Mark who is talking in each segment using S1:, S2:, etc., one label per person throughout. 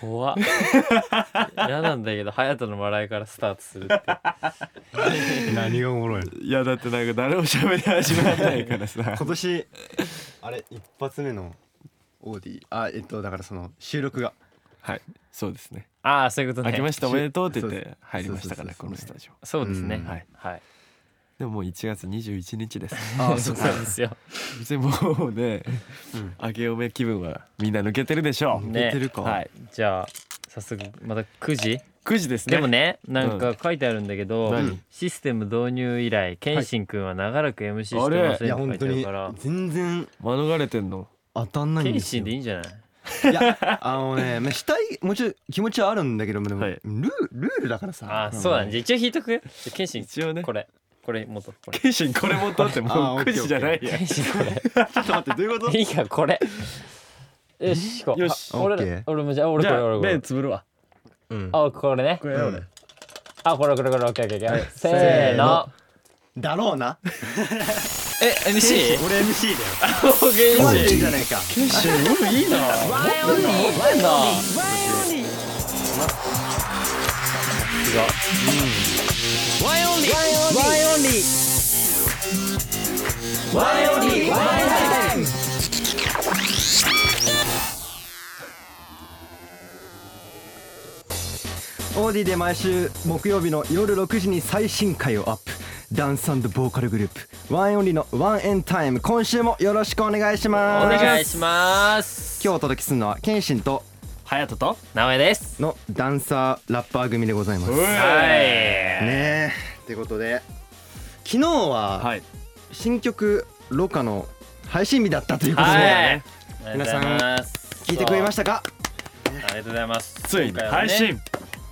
S1: 怖っ嫌なんだけど隼人の笑いからスタートするって
S2: 何がおもろいの
S3: いやだってなんか誰も喋り始められないから さ
S2: 今年あれ一発目のオーディあえっとだからその収録が
S3: はいそうですね
S1: ああそういうこと
S3: 明け
S1: ね
S3: ましておめでとうって
S2: そ
S3: 言っ
S2: うです
S3: て入りましたから
S2: そ
S3: こ
S2: う
S3: の
S2: そうそうそ
S3: ス
S2: う
S3: タジオ
S1: そうですね
S2: うん
S1: はいはい
S3: でももう1月21日です
S2: あ
S1: そうですよ
S3: 別にも うね
S2: うん
S3: 明けおめ気分はみんな抜けてるでしょう
S1: ね
S2: 抜けてるか
S3: はい
S1: じゃあ早速また9時
S3: 9時ですね
S1: でもねなんか書いてあるんだけど
S3: 何
S1: システム導入以来謙信君は長らく MC してませ
S2: いや
S1: んっ
S2: 本
S1: て
S2: 当
S1: 書い
S2: に
S1: てあるか
S2: 全然
S3: 免れてんの
S2: 当たんな
S1: ら
S2: いんで
S1: 謙
S2: す
S1: 信
S2: よ
S1: でいいんじゃない
S2: いやあのね、まあ、したいもちろん気持ちはあるんだけどでも、
S3: はい
S2: ルールールだから
S1: あ
S2: さ
S1: ーそうだねじゃあ一応引いとくじゃあ謙信
S3: 一応ね
S1: これこれ元これ
S3: 謙信これも取ってもう
S2: あー
S3: 9時じゃないや
S1: 謙信これ
S2: ちょっと待ってどういうこ
S1: いいかこれよし行こう
S3: よし
S1: あ俺
S2: オッケ
S1: ら
S2: ー
S1: 俺もじゃあ俺
S3: じ
S1: これ
S3: ゃ
S1: 俺
S3: あ
S1: これ
S3: 目つぶるわ
S2: うん
S1: あこれね
S3: これやろうね
S2: うん
S1: あこれこれこれオッケーオッケーオッケーせー
S2: せー
S1: の
S2: のだろうな
S1: え MC
S2: 俺 MC だよ
S1: お
S2: マ
S1: 元
S2: ジ
S1: 気
S2: じゃないか
S3: いいな
S2: オーディで毎週木曜日の夜6時に最新回をアップダンスボーカルグループワンエンオンリーのワンエンタイム今週もよろしくお願いし
S1: お
S2: ます
S1: 願いします
S2: 今日お届けするのは謙信と
S3: 隼人と
S1: 名前です
S2: のダンサーラッパー組でございますね
S1: はい
S2: えってことで昨日は
S3: はい
S2: 新曲「ロカ」の配信日だったということで、
S1: はい
S2: 皆さん聞
S1: 聞
S2: いてくれましたたか
S1: ありがとうございます
S3: ついに
S1: 今回はね
S3: 配信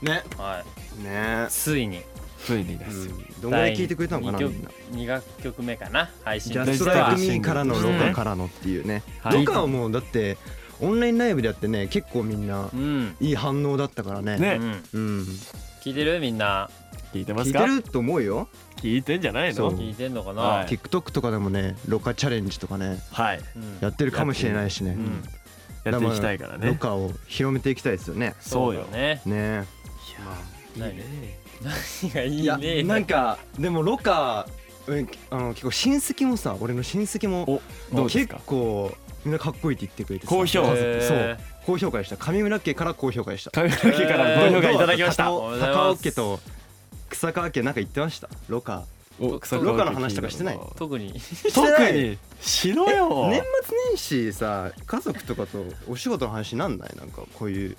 S2: ね
S1: はい
S2: ね
S1: ついに
S3: ついにですよ
S2: どんぐらい聞いてくれたのかなみ
S1: 第
S2: んな
S1: 二曲二楽曲目かな配信
S2: ジ
S1: と
S2: ャ
S1: して
S2: ス
S1: は
S2: トライクミーからのロカからのっていうね、
S3: はい
S2: ロカはもうだってオンラインライブでやってね結構みんな
S1: うん
S2: いい反応だったからね
S1: う
S3: ね
S1: ん
S2: うん
S1: 聞いてるみんな
S3: 聞いてま
S2: 聞
S3: す
S2: いて
S3: か
S2: ると思うよ
S3: 聞いてんじゃない
S2: そう
S3: の
S1: 聞いてんのか
S3: は
S1: ない
S2: TikTok とかでもねロカチャレンジとかね
S3: はい
S1: うん
S2: やってるかもしれないしね
S1: うん
S3: やっていきたいから
S2: ロ
S3: ね
S2: カを広めていきたいですよね
S3: そうよ
S1: だね
S2: ね
S1: いやいいね何がいいね
S2: なんかでもロカうんあの結構親戚もさ俺の親戚も
S3: おどうです
S2: 結
S3: か
S2: 構みんなかっこいいって言ってくれてさ
S3: 好評
S2: 家族そ
S1: へ
S2: う高評価でした上村家から高評価でした
S3: 髪の毛からご評価いただきました
S2: 高
S1: おめでとうご
S2: 尾
S1: ざい
S2: 高
S1: ま
S2: 尾
S1: す
S2: 家と草川家なんか言ってましたロカ
S3: お草
S2: ロカの話とかしてない
S1: 特に
S3: 特にしろよ
S2: 年末年始さ家族とかとお仕事の話なんないなんかこういう、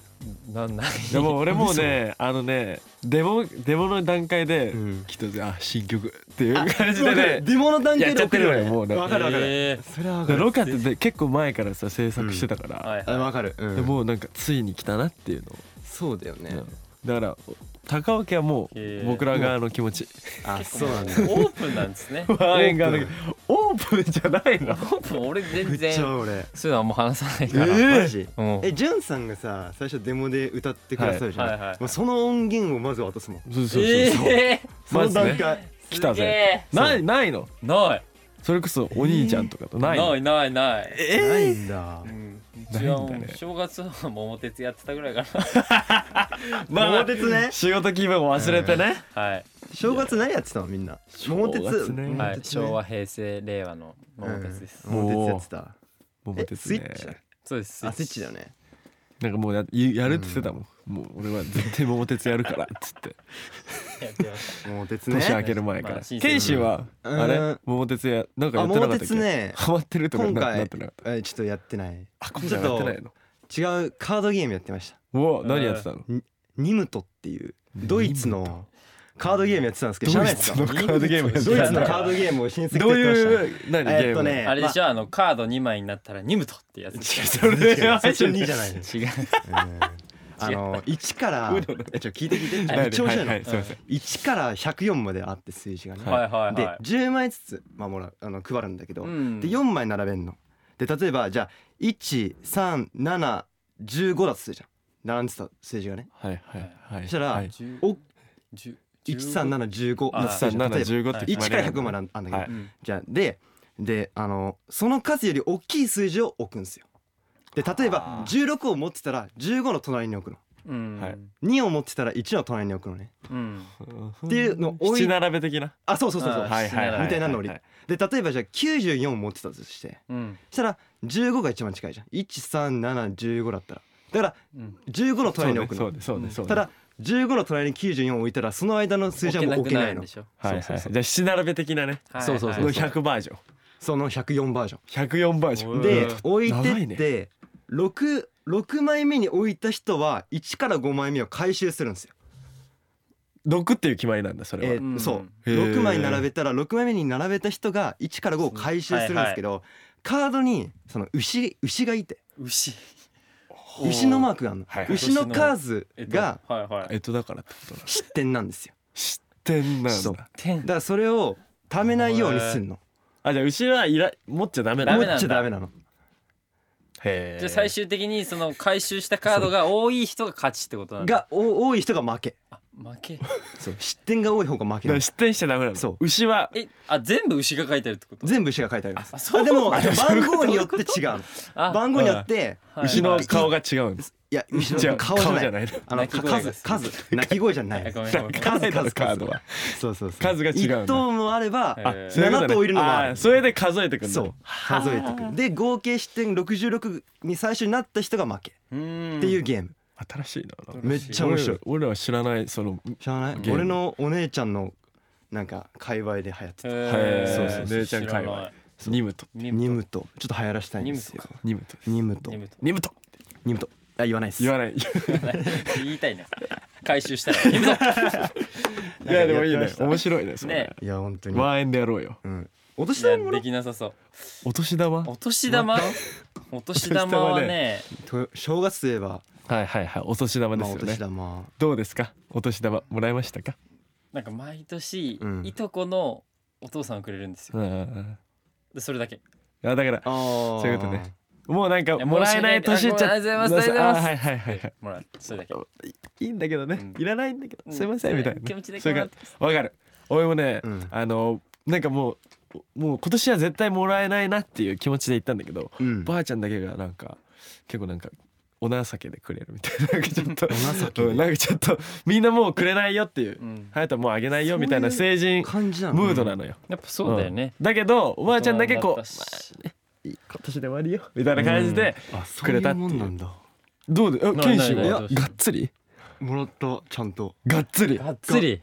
S1: なんない
S3: でも俺もねあのねデモデモの段階で
S2: ん、
S3: きっとあ新曲っていう感じでね
S2: デモの段階で送るよ
S3: やっちゃってるよね
S2: ね
S3: もうね
S2: わかるわかる
S1: え
S2: それはわか
S3: で
S2: る
S3: ロカってね結構前からさ制作してたか
S1: ーは
S3: ら
S1: い
S2: あわかる、うん、
S3: でもうなんかついに来たなっていうのを
S2: そうだよね、
S3: だから高尾家はも
S1: へー
S3: う僕ら側の気持ち
S2: あ
S1: 結
S2: そう
S1: 構も
S2: なん
S1: う
S2: だ
S1: オープンなんですね
S3: ワーエン側のオープンじゃないの
S1: オープン俺全
S2: めっちゃ
S1: 然
S2: 俺
S1: そういうのはもう話さないから
S3: えー
S2: マジ
S1: うん
S2: え、じゅんさんがさ最初デモで歌ってくださるじゃん、
S1: はいはいはい
S2: もうその音源をまず渡すもん
S3: そうそうそうそう
S1: えー
S2: その段
S3: まず
S2: 階、
S3: 来た
S1: すげ
S3: ぜ
S1: え
S3: ないないの
S1: ない
S3: それこそお兄ちゃんとかとないの
S1: ないないない
S3: えー
S2: ないんだ
S1: うんう
S3: ないんだね
S1: ちはもう正月は桃鉄やってたぐらいか
S2: 桃鉄ね
S3: 仕事気分を忘れてね、
S1: なはい
S2: 正月何やってたのみんな桃鉄
S3: 正月ね
S2: 桃鉄
S1: はい昭和平成令和の桃鉄です
S2: うん桃鉄やってた
S3: 桃鉄
S2: えスイッチ
S3: ね
S1: そうです
S2: あスイッチだよね
S3: なんかもうややるって言ってたもん、もう俺は絶対桃鉄やるからっつって、
S1: やってまし
S2: 桃鉄ね
S3: 年明ける前から
S1: まあシーズン
S3: 謙信、は
S2: うん
S3: あれ桃鉄やなんかやってなかった
S2: あ
S3: っけ
S2: 桃鉄ね
S3: ハマってるとかな
S2: 今
S3: な
S2: 回
S3: ってなかっ
S2: えーちょっとやってない
S3: た今回やってないの
S2: 違うカードゲームやってました
S3: おお何やってたの
S2: ニムトっていうドイツのカードゲームやってたんですけど知
S3: ド
S2: らな
S3: イ
S2: いです
S3: ツ
S2: か
S3: のカードゲームやって
S2: ド
S3: た
S2: イ
S1: ド
S2: ツのカードゲームを親戚
S3: ど
S2: と
S3: う
S2: やってました
S3: いう何ゲーム、
S2: えっとね
S1: たあれでしょあのカード2枚になったらニムトってやつ
S3: それは
S2: 最初にじゃないの
S1: 違う
S2: うん あの1から
S3: うの
S2: えちょ聞いて聞いて
S3: はい
S2: めっちゃ面白いの
S3: はいはいすいません
S2: 1から104まであって数字がね
S1: はいはい
S2: で
S1: はい
S2: 10枚ずつまあもらうあの配るんだけど
S1: うん
S2: で4枚並べんので例えばじゃあ1315だとするじゃん並んでた数字がね
S3: はいはいはい
S2: そしたら
S3: はい、
S1: 10
S2: お
S1: 10 15
S2: 13715
S1: あ
S2: だとするじゃん例えば
S3: 13715って
S2: 1から100まで
S3: な
S2: あんだけど、
S3: はい
S1: うん
S2: じゃあでであのその数より大きい数字を置くんですよで例えば16を持ってたら15の隣に置くの
S1: うん
S3: はい
S2: 2を持ってたら1の隣に置くのね
S1: うん
S2: っていうのを置い
S3: 七並べ的な
S2: あそうそうそうそう
S1: あー
S3: はいはいはい
S2: みたいなノリ
S3: はい
S2: で例えばじゃあ94を持ってたとして
S1: うん
S2: そしたら15が一番近いじゃん13715だったらだから
S1: うん
S2: 15の隣に置く
S3: そ
S2: の
S3: うねそうねそうね
S2: ただ15の隣に94を置いたらその間の数字はもう置けないの
S1: でしょ
S3: はいはい
S2: そうそうそ
S3: じゃあ七並べ的なね
S1: はい
S2: そうそうそう
S3: の100バージョン
S2: その104バージョ
S3: 104バージョ
S1: う
S2: ン
S1: ん
S3: ン
S2: で
S1: うん
S2: 置い
S3: 長
S2: て
S3: い
S2: っ
S3: ね
S2: て6 6枚目に置いた人は1から5枚目を回収するんですよ。
S3: 6っていう決まりなんだそれ
S2: え
S3: は
S2: ーそう
S3: へー
S2: 6枚並べたら6枚目に並べた人が1から5を回収するんですけどカードにその牛牛がいて
S1: 牛
S2: 牛のマークがあるの
S3: はいはい
S2: 牛の数が
S1: はいはい
S3: えっとだからってことな
S2: 失点なんですよ。
S3: 知ってんなん
S2: そう
S3: だ
S1: 天
S2: だからそれをためないようにすんの。
S3: あじゃあ牛はいら持っちゃダメ
S1: ダ
S3: だ
S1: メ
S2: 持
S1: なんだ
S2: っちゃダメなの。
S3: へ
S1: じゃあ最終的にその回収したカードが多い人が勝ちってことなんだ
S2: がお多い人が負け。
S1: あ負け
S2: そう失点が多い方が負けなの。
S3: 失点しちゃダメなの
S2: そう
S3: 牛は
S1: えあ全部牛が書いてあるってこと
S2: 全部牛が書いてあります。
S1: あそう
S2: あでも
S1: あ
S2: 番号によって違うの。
S1: あ
S2: 番号によって
S1: はい
S3: 牛の顔が違うんです
S2: いや後
S3: じゃ
S2: ろ
S3: あ
S2: の顔じゃない。
S3: ない
S2: あの
S1: 泣き声が
S2: 数数鳴き声じゃな
S1: はいい。ごめんごめん
S2: 数数数
S3: カードは
S2: そうそうそう。
S3: 数が違うんだ
S2: 一等もあれば
S1: へ
S3: あ
S1: ー
S3: そういうことね
S2: 7頭いるのもある
S3: ーそれで数えてくんだ
S2: そう数えてくる。で合計失点66に最初になった人が負けっ
S1: うーん
S2: ていうゲーム。
S3: 新しいななんか
S2: めっちゃ面白い。
S3: 俺らは知らないその
S2: 知らない
S3: ゲー？ム
S2: 俺のお姉ちゃんのなんか界隈で流行ってた。
S1: へー
S3: そうそう姉ちゃん
S1: 知ら
S3: 界
S1: な
S3: 隈
S1: い
S3: ニムト
S1: ニ
S2: ニ
S1: ム
S2: ムトちょっと流行らしたいんですよ。
S3: ニムトです
S2: ニムト
S1: ニムト
S3: ニムト
S2: ニムトあ言わないです。
S3: 言わないい
S1: 言いたいな回収 したらニムト
S3: やでもいい
S2: やってま
S3: ね
S2: した
S3: 面白いねそれ
S1: ね
S2: いや本当に。
S3: ワンエンでやろうよ
S2: うん。お年
S1: いや
S2: 玉もら
S1: できなさそう
S3: お年玉
S1: お年 玉お年玉はね
S2: と正月といえば、
S3: はいはいはいお年玉で
S2: まあ
S3: す
S2: お
S3: よ
S2: 年
S3: ね
S2: 玉。
S3: どうですかお年玉もらいましたか
S1: なんか毎年
S2: うん
S1: いとこのお父さんがくれるんですよ
S3: うんうんうん
S1: でそれだけ
S3: あだから
S2: ああ。そう
S3: いうことね。もうなんかもらえない年っちゃ
S1: いや申し訳ないあごめんありがとうございますありがとうござい
S3: あ
S1: ます
S3: はいはいはいはい
S1: もらうそれだけ
S3: いいんだけどね
S1: うん
S3: いらないんだけ
S1: うん
S3: ど すいませんみたいな
S1: 気持ちだけ
S3: それから
S1: もらって
S3: わかる俺もね
S2: うん
S3: あのなんかもうもう今年は絶対もらえないなっていう気持ちで行ったんだけど
S2: うん。
S3: ばあちゃんだけがなんか結構なんかお情けでくれるみたいななんかちょっと
S2: 情け
S3: うんなんかちょっとみんなもうくれないよっていう
S1: うん
S3: 隼人もうあげないよみたいな
S2: そ
S3: 成人
S2: 感じなの。
S3: ムードなのよ
S1: やっぱそうだよね
S3: だけどおばあちゃんだけこう
S1: 大人になったし
S3: 今年で終わりよみたいな感じで
S2: あそう
S3: く
S2: い
S3: れた
S2: う
S3: ってい
S2: も
S3: うん
S2: なんだ。
S3: どうで
S1: な
S3: え
S1: い
S3: 剣心
S1: ない
S2: な
S3: はいがっつり
S2: もらったちゃんと。
S3: がっつり
S1: がっつり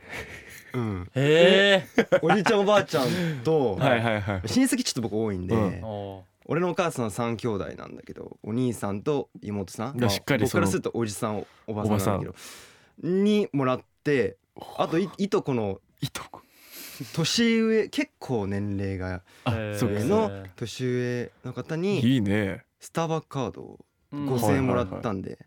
S2: うん。
S1: へえ
S2: おじいちゃんおばあちゃんと。
S3: はいはいはい
S2: 親戚ちょっと僕多いんで、
S3: うん
S1: お
S2: 俺のお母さんは3兄弟なんだけどお兄さんと妹さん、
S3: がしっかり
S2: 僕
S3: そ
S2: か
S3: の
S2: らするとおじさんおばさんなんだけどにもらってあといいとこの
S3: いとこ
S2: 年上結構年齢が
S3: あ
S1: へー
S3: そう
S2: 上
S3: か
S2: の年上の方に
S3: いいね
S2: スタバカードを
S1: ーうん
S2: 5,000円もらったんで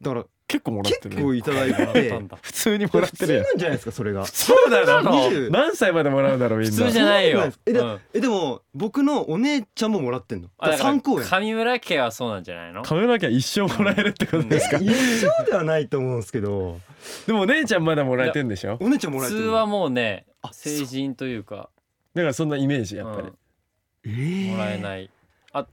S2: だから
S3: 結構もらっ
S2: 結
S3: てる
S2: 構
S3: ね
S2: いただい
S1: もらってたんだ
S3: 普通にもらっ
S2: 普
S3: て
S2: 通
S3: るやん
S2: なんじゃないですかそれが
S3: そうだろ
S2: 20
S3: 何歳までもらうんだろうみん
S1: 普
S3: な
S1: 通じゃないよ
S2: えで
S1: うん
S2: えでも僕のお姉ちゃんももらってんの
S1: あだから
S2: 3公演
S1: 上村家はそうなんじゃないの
S3: 食べなきゃ一生もらえるってことですか、
S2: 一緒ではないと思うんですけど
S3: でもお姉ちゃんまだもらえてんでしょ
S2: お姉ちゃんも
S1: 普
S2: らえ
S1: 通
S2: てる
S1: はもうね
S2: あそう
S1: 成人というか
S3: だからそんなイメージやっぱり、
S1: うんもらえ
S2: い
S1: ないあ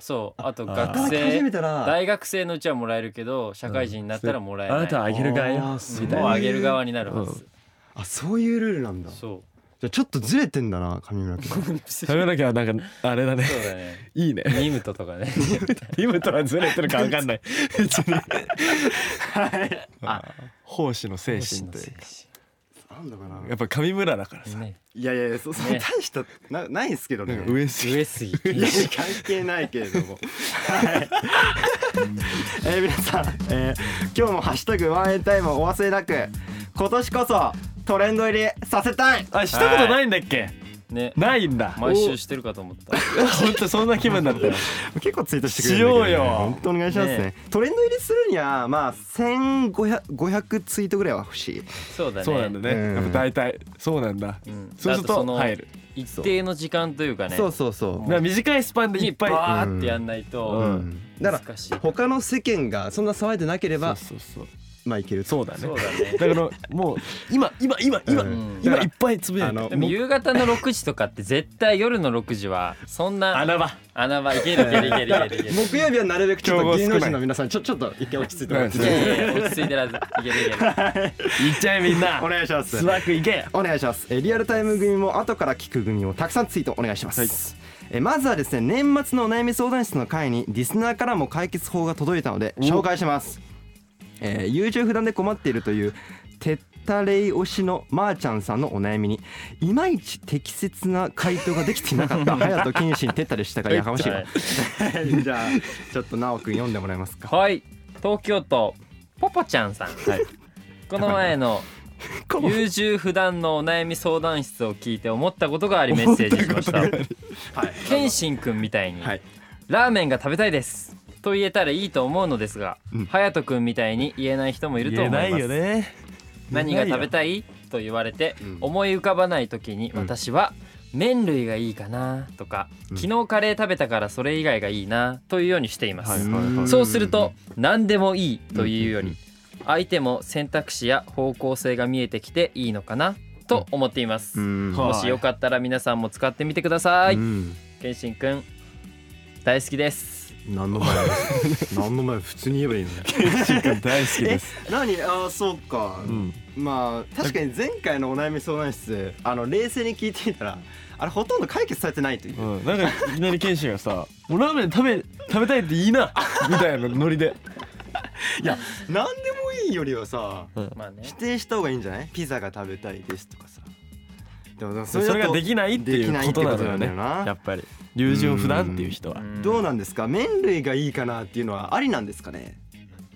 S1: そうあと
S3: あ
S1: 学
S2: 働き始め
S1: 生
S2: たら
S1: 大学生のうちはもらえるけど社会人になったらもらえない
S3: あなたはあげる側よ
S2: あーそう
S1: も
S3: みた
S1: う
S3: い
S1: あ
S3: な
S1: げる側になるはず、
S2: あそういうルールなんだじ
S1: そう
S2: ゃあちょっとずれてんだな上村君
S1: そう
S3: 食べなきゃなんかあれだね
S1: だね
S3: いいね
S1: ニムトとかね
S3: リムとはずれてるかわかんない別にあ 奉仕の精神というか
S2: なんだかな
S3: やっぱ上村だからさ、
S1: ね
S2: いやいやいやそそ
S1: ね
S2: 大したなないですけど
S3: な
S2: ね
S3: んか上すぎ
S1: 上杉
S2: いや関係ないけれども。はいえー皆さん、えー今日もハッシュタグワンエンタイムをお忘れなく、今年こそトレンド入りさせたい。
S3: あしたことないんだっけ、
S1: ね
S3: ないんだ
S1: 毎週してるかと思った
S3: 本当そんな気分だったよ
S2: 結構ツイートしてくれるんだけどね
S3: しようよ
S2: 本当お願いしますね
S1: ね
S2: トレンド入りするにはまあ1500 500ツイートぐらいは欲しい。
S1: そうだね
S3: そうなんだね、
S2: うん
S3: やっぱ大体そうなんだ、
S1: うん
S3: そうする
S1: だってそ
S3: と
S1: の
S3: 入る
S1: 一定の時間というかね
S2: そうそうそ。
S3: だから短いスパンでい
S1: に
S3: っぱい
S1: バーってやんないうと
S2: う。
S3: うん
S2: だから
S1: 難しい
S2: 他の世間がそんな騒いでなければ
S3: そうそうそう
S2: まあいけると
S3: そうだね
S1: そうだね
S3: だからもう今今今今、
S1: うん
S3: 今いっぱいつぶやい
S2: あの
S3: て
S1: でも夕方の6時とかって絶対夜の6時はそんな
S3: 場
S1: 穴場いけるいけるいけるいけるいける
S2: 木曜日はなるべくちょっ
S3: 競
S2: と
S3: 合
S2: 芸
S3: 少ない
S2: 能人の皆さんちょちょっと一回落ち着いてもらって
S1: いやいやいや落ち着いてらずいけるいける
S3: いっちゃえみん な
S2: お願いします
S3: スワックいけ
S2: お願いしますえーリアルタイム組も後から聞く組もたくさんツイートお願いします、えーまずはですね年末のお悩み相談室の回にリスナーからも解決法が届いたので紹介します、えー、優柔不断で困っているというてったれい推しのまーちゃんさんのお悩みにいまいち適切な回答ができていなか った隼人謙信てったりしたからやかましいわじゃあちょっと直くん読んでもらえますか
S1: はい東京都ポポちゃんさん、この前の優柔不断のお悩み相談室を聞いて思ったことがありメッセージしました
S2: はい
S1: 謙信くんみたいに、
S2: はい
S1: ラーメンが食べたいですと言えたらいいと思うのですが、
S2: うん
S1: 隼人くんみたいに言えない人もいると
S3: 言え
S1: 思います
S3: ないよね
S1: 何が食べ
S3: い
S1: たいと言われて、
S2: うん
S1: 思い浮かばない時に
S2: ん
S1: 私は麺類がいいかなとか、
S2: うん
S1: 昨日カレー食べたからそれ以外がいいなというようにしています、
S3: はいはいはい
S1: そうすると何でもいいというよ
S2: う
S1: り
S2: ん
S1: 相手も選択肢や方向性が見えてきていいのかなと思っています、
S2: うん
S3: は
S1: もしよかったら皆さんも使ってみてください、健信くん大好きです
S2: 何の前 何の前普通に言えばいいのね
S3: 大好きです
S2: 何ああそうか、
S3: うん
S2: まあ確かに前回のお悩み相談室あの冷静に聞いてみたらあれほとんど解決されてないという、
S3: うん、なんかいきなり剣士がさ「もうラーメン食べ食べたいっていいな」みたいなノリで
S2: いや 何でもいいよりはさ
S1: まあね
S2: 否定した方がいいんじゃないピザが食べたいですとかさでも
S3: それができないっていうことなんだよ
S2: できないってことな
S3: ね
S2: んだよな
S3: やっぱり友情不断っていう人は
S1: うん
S2: どうなんですか麺類がいいかなっていうのはありなんですかね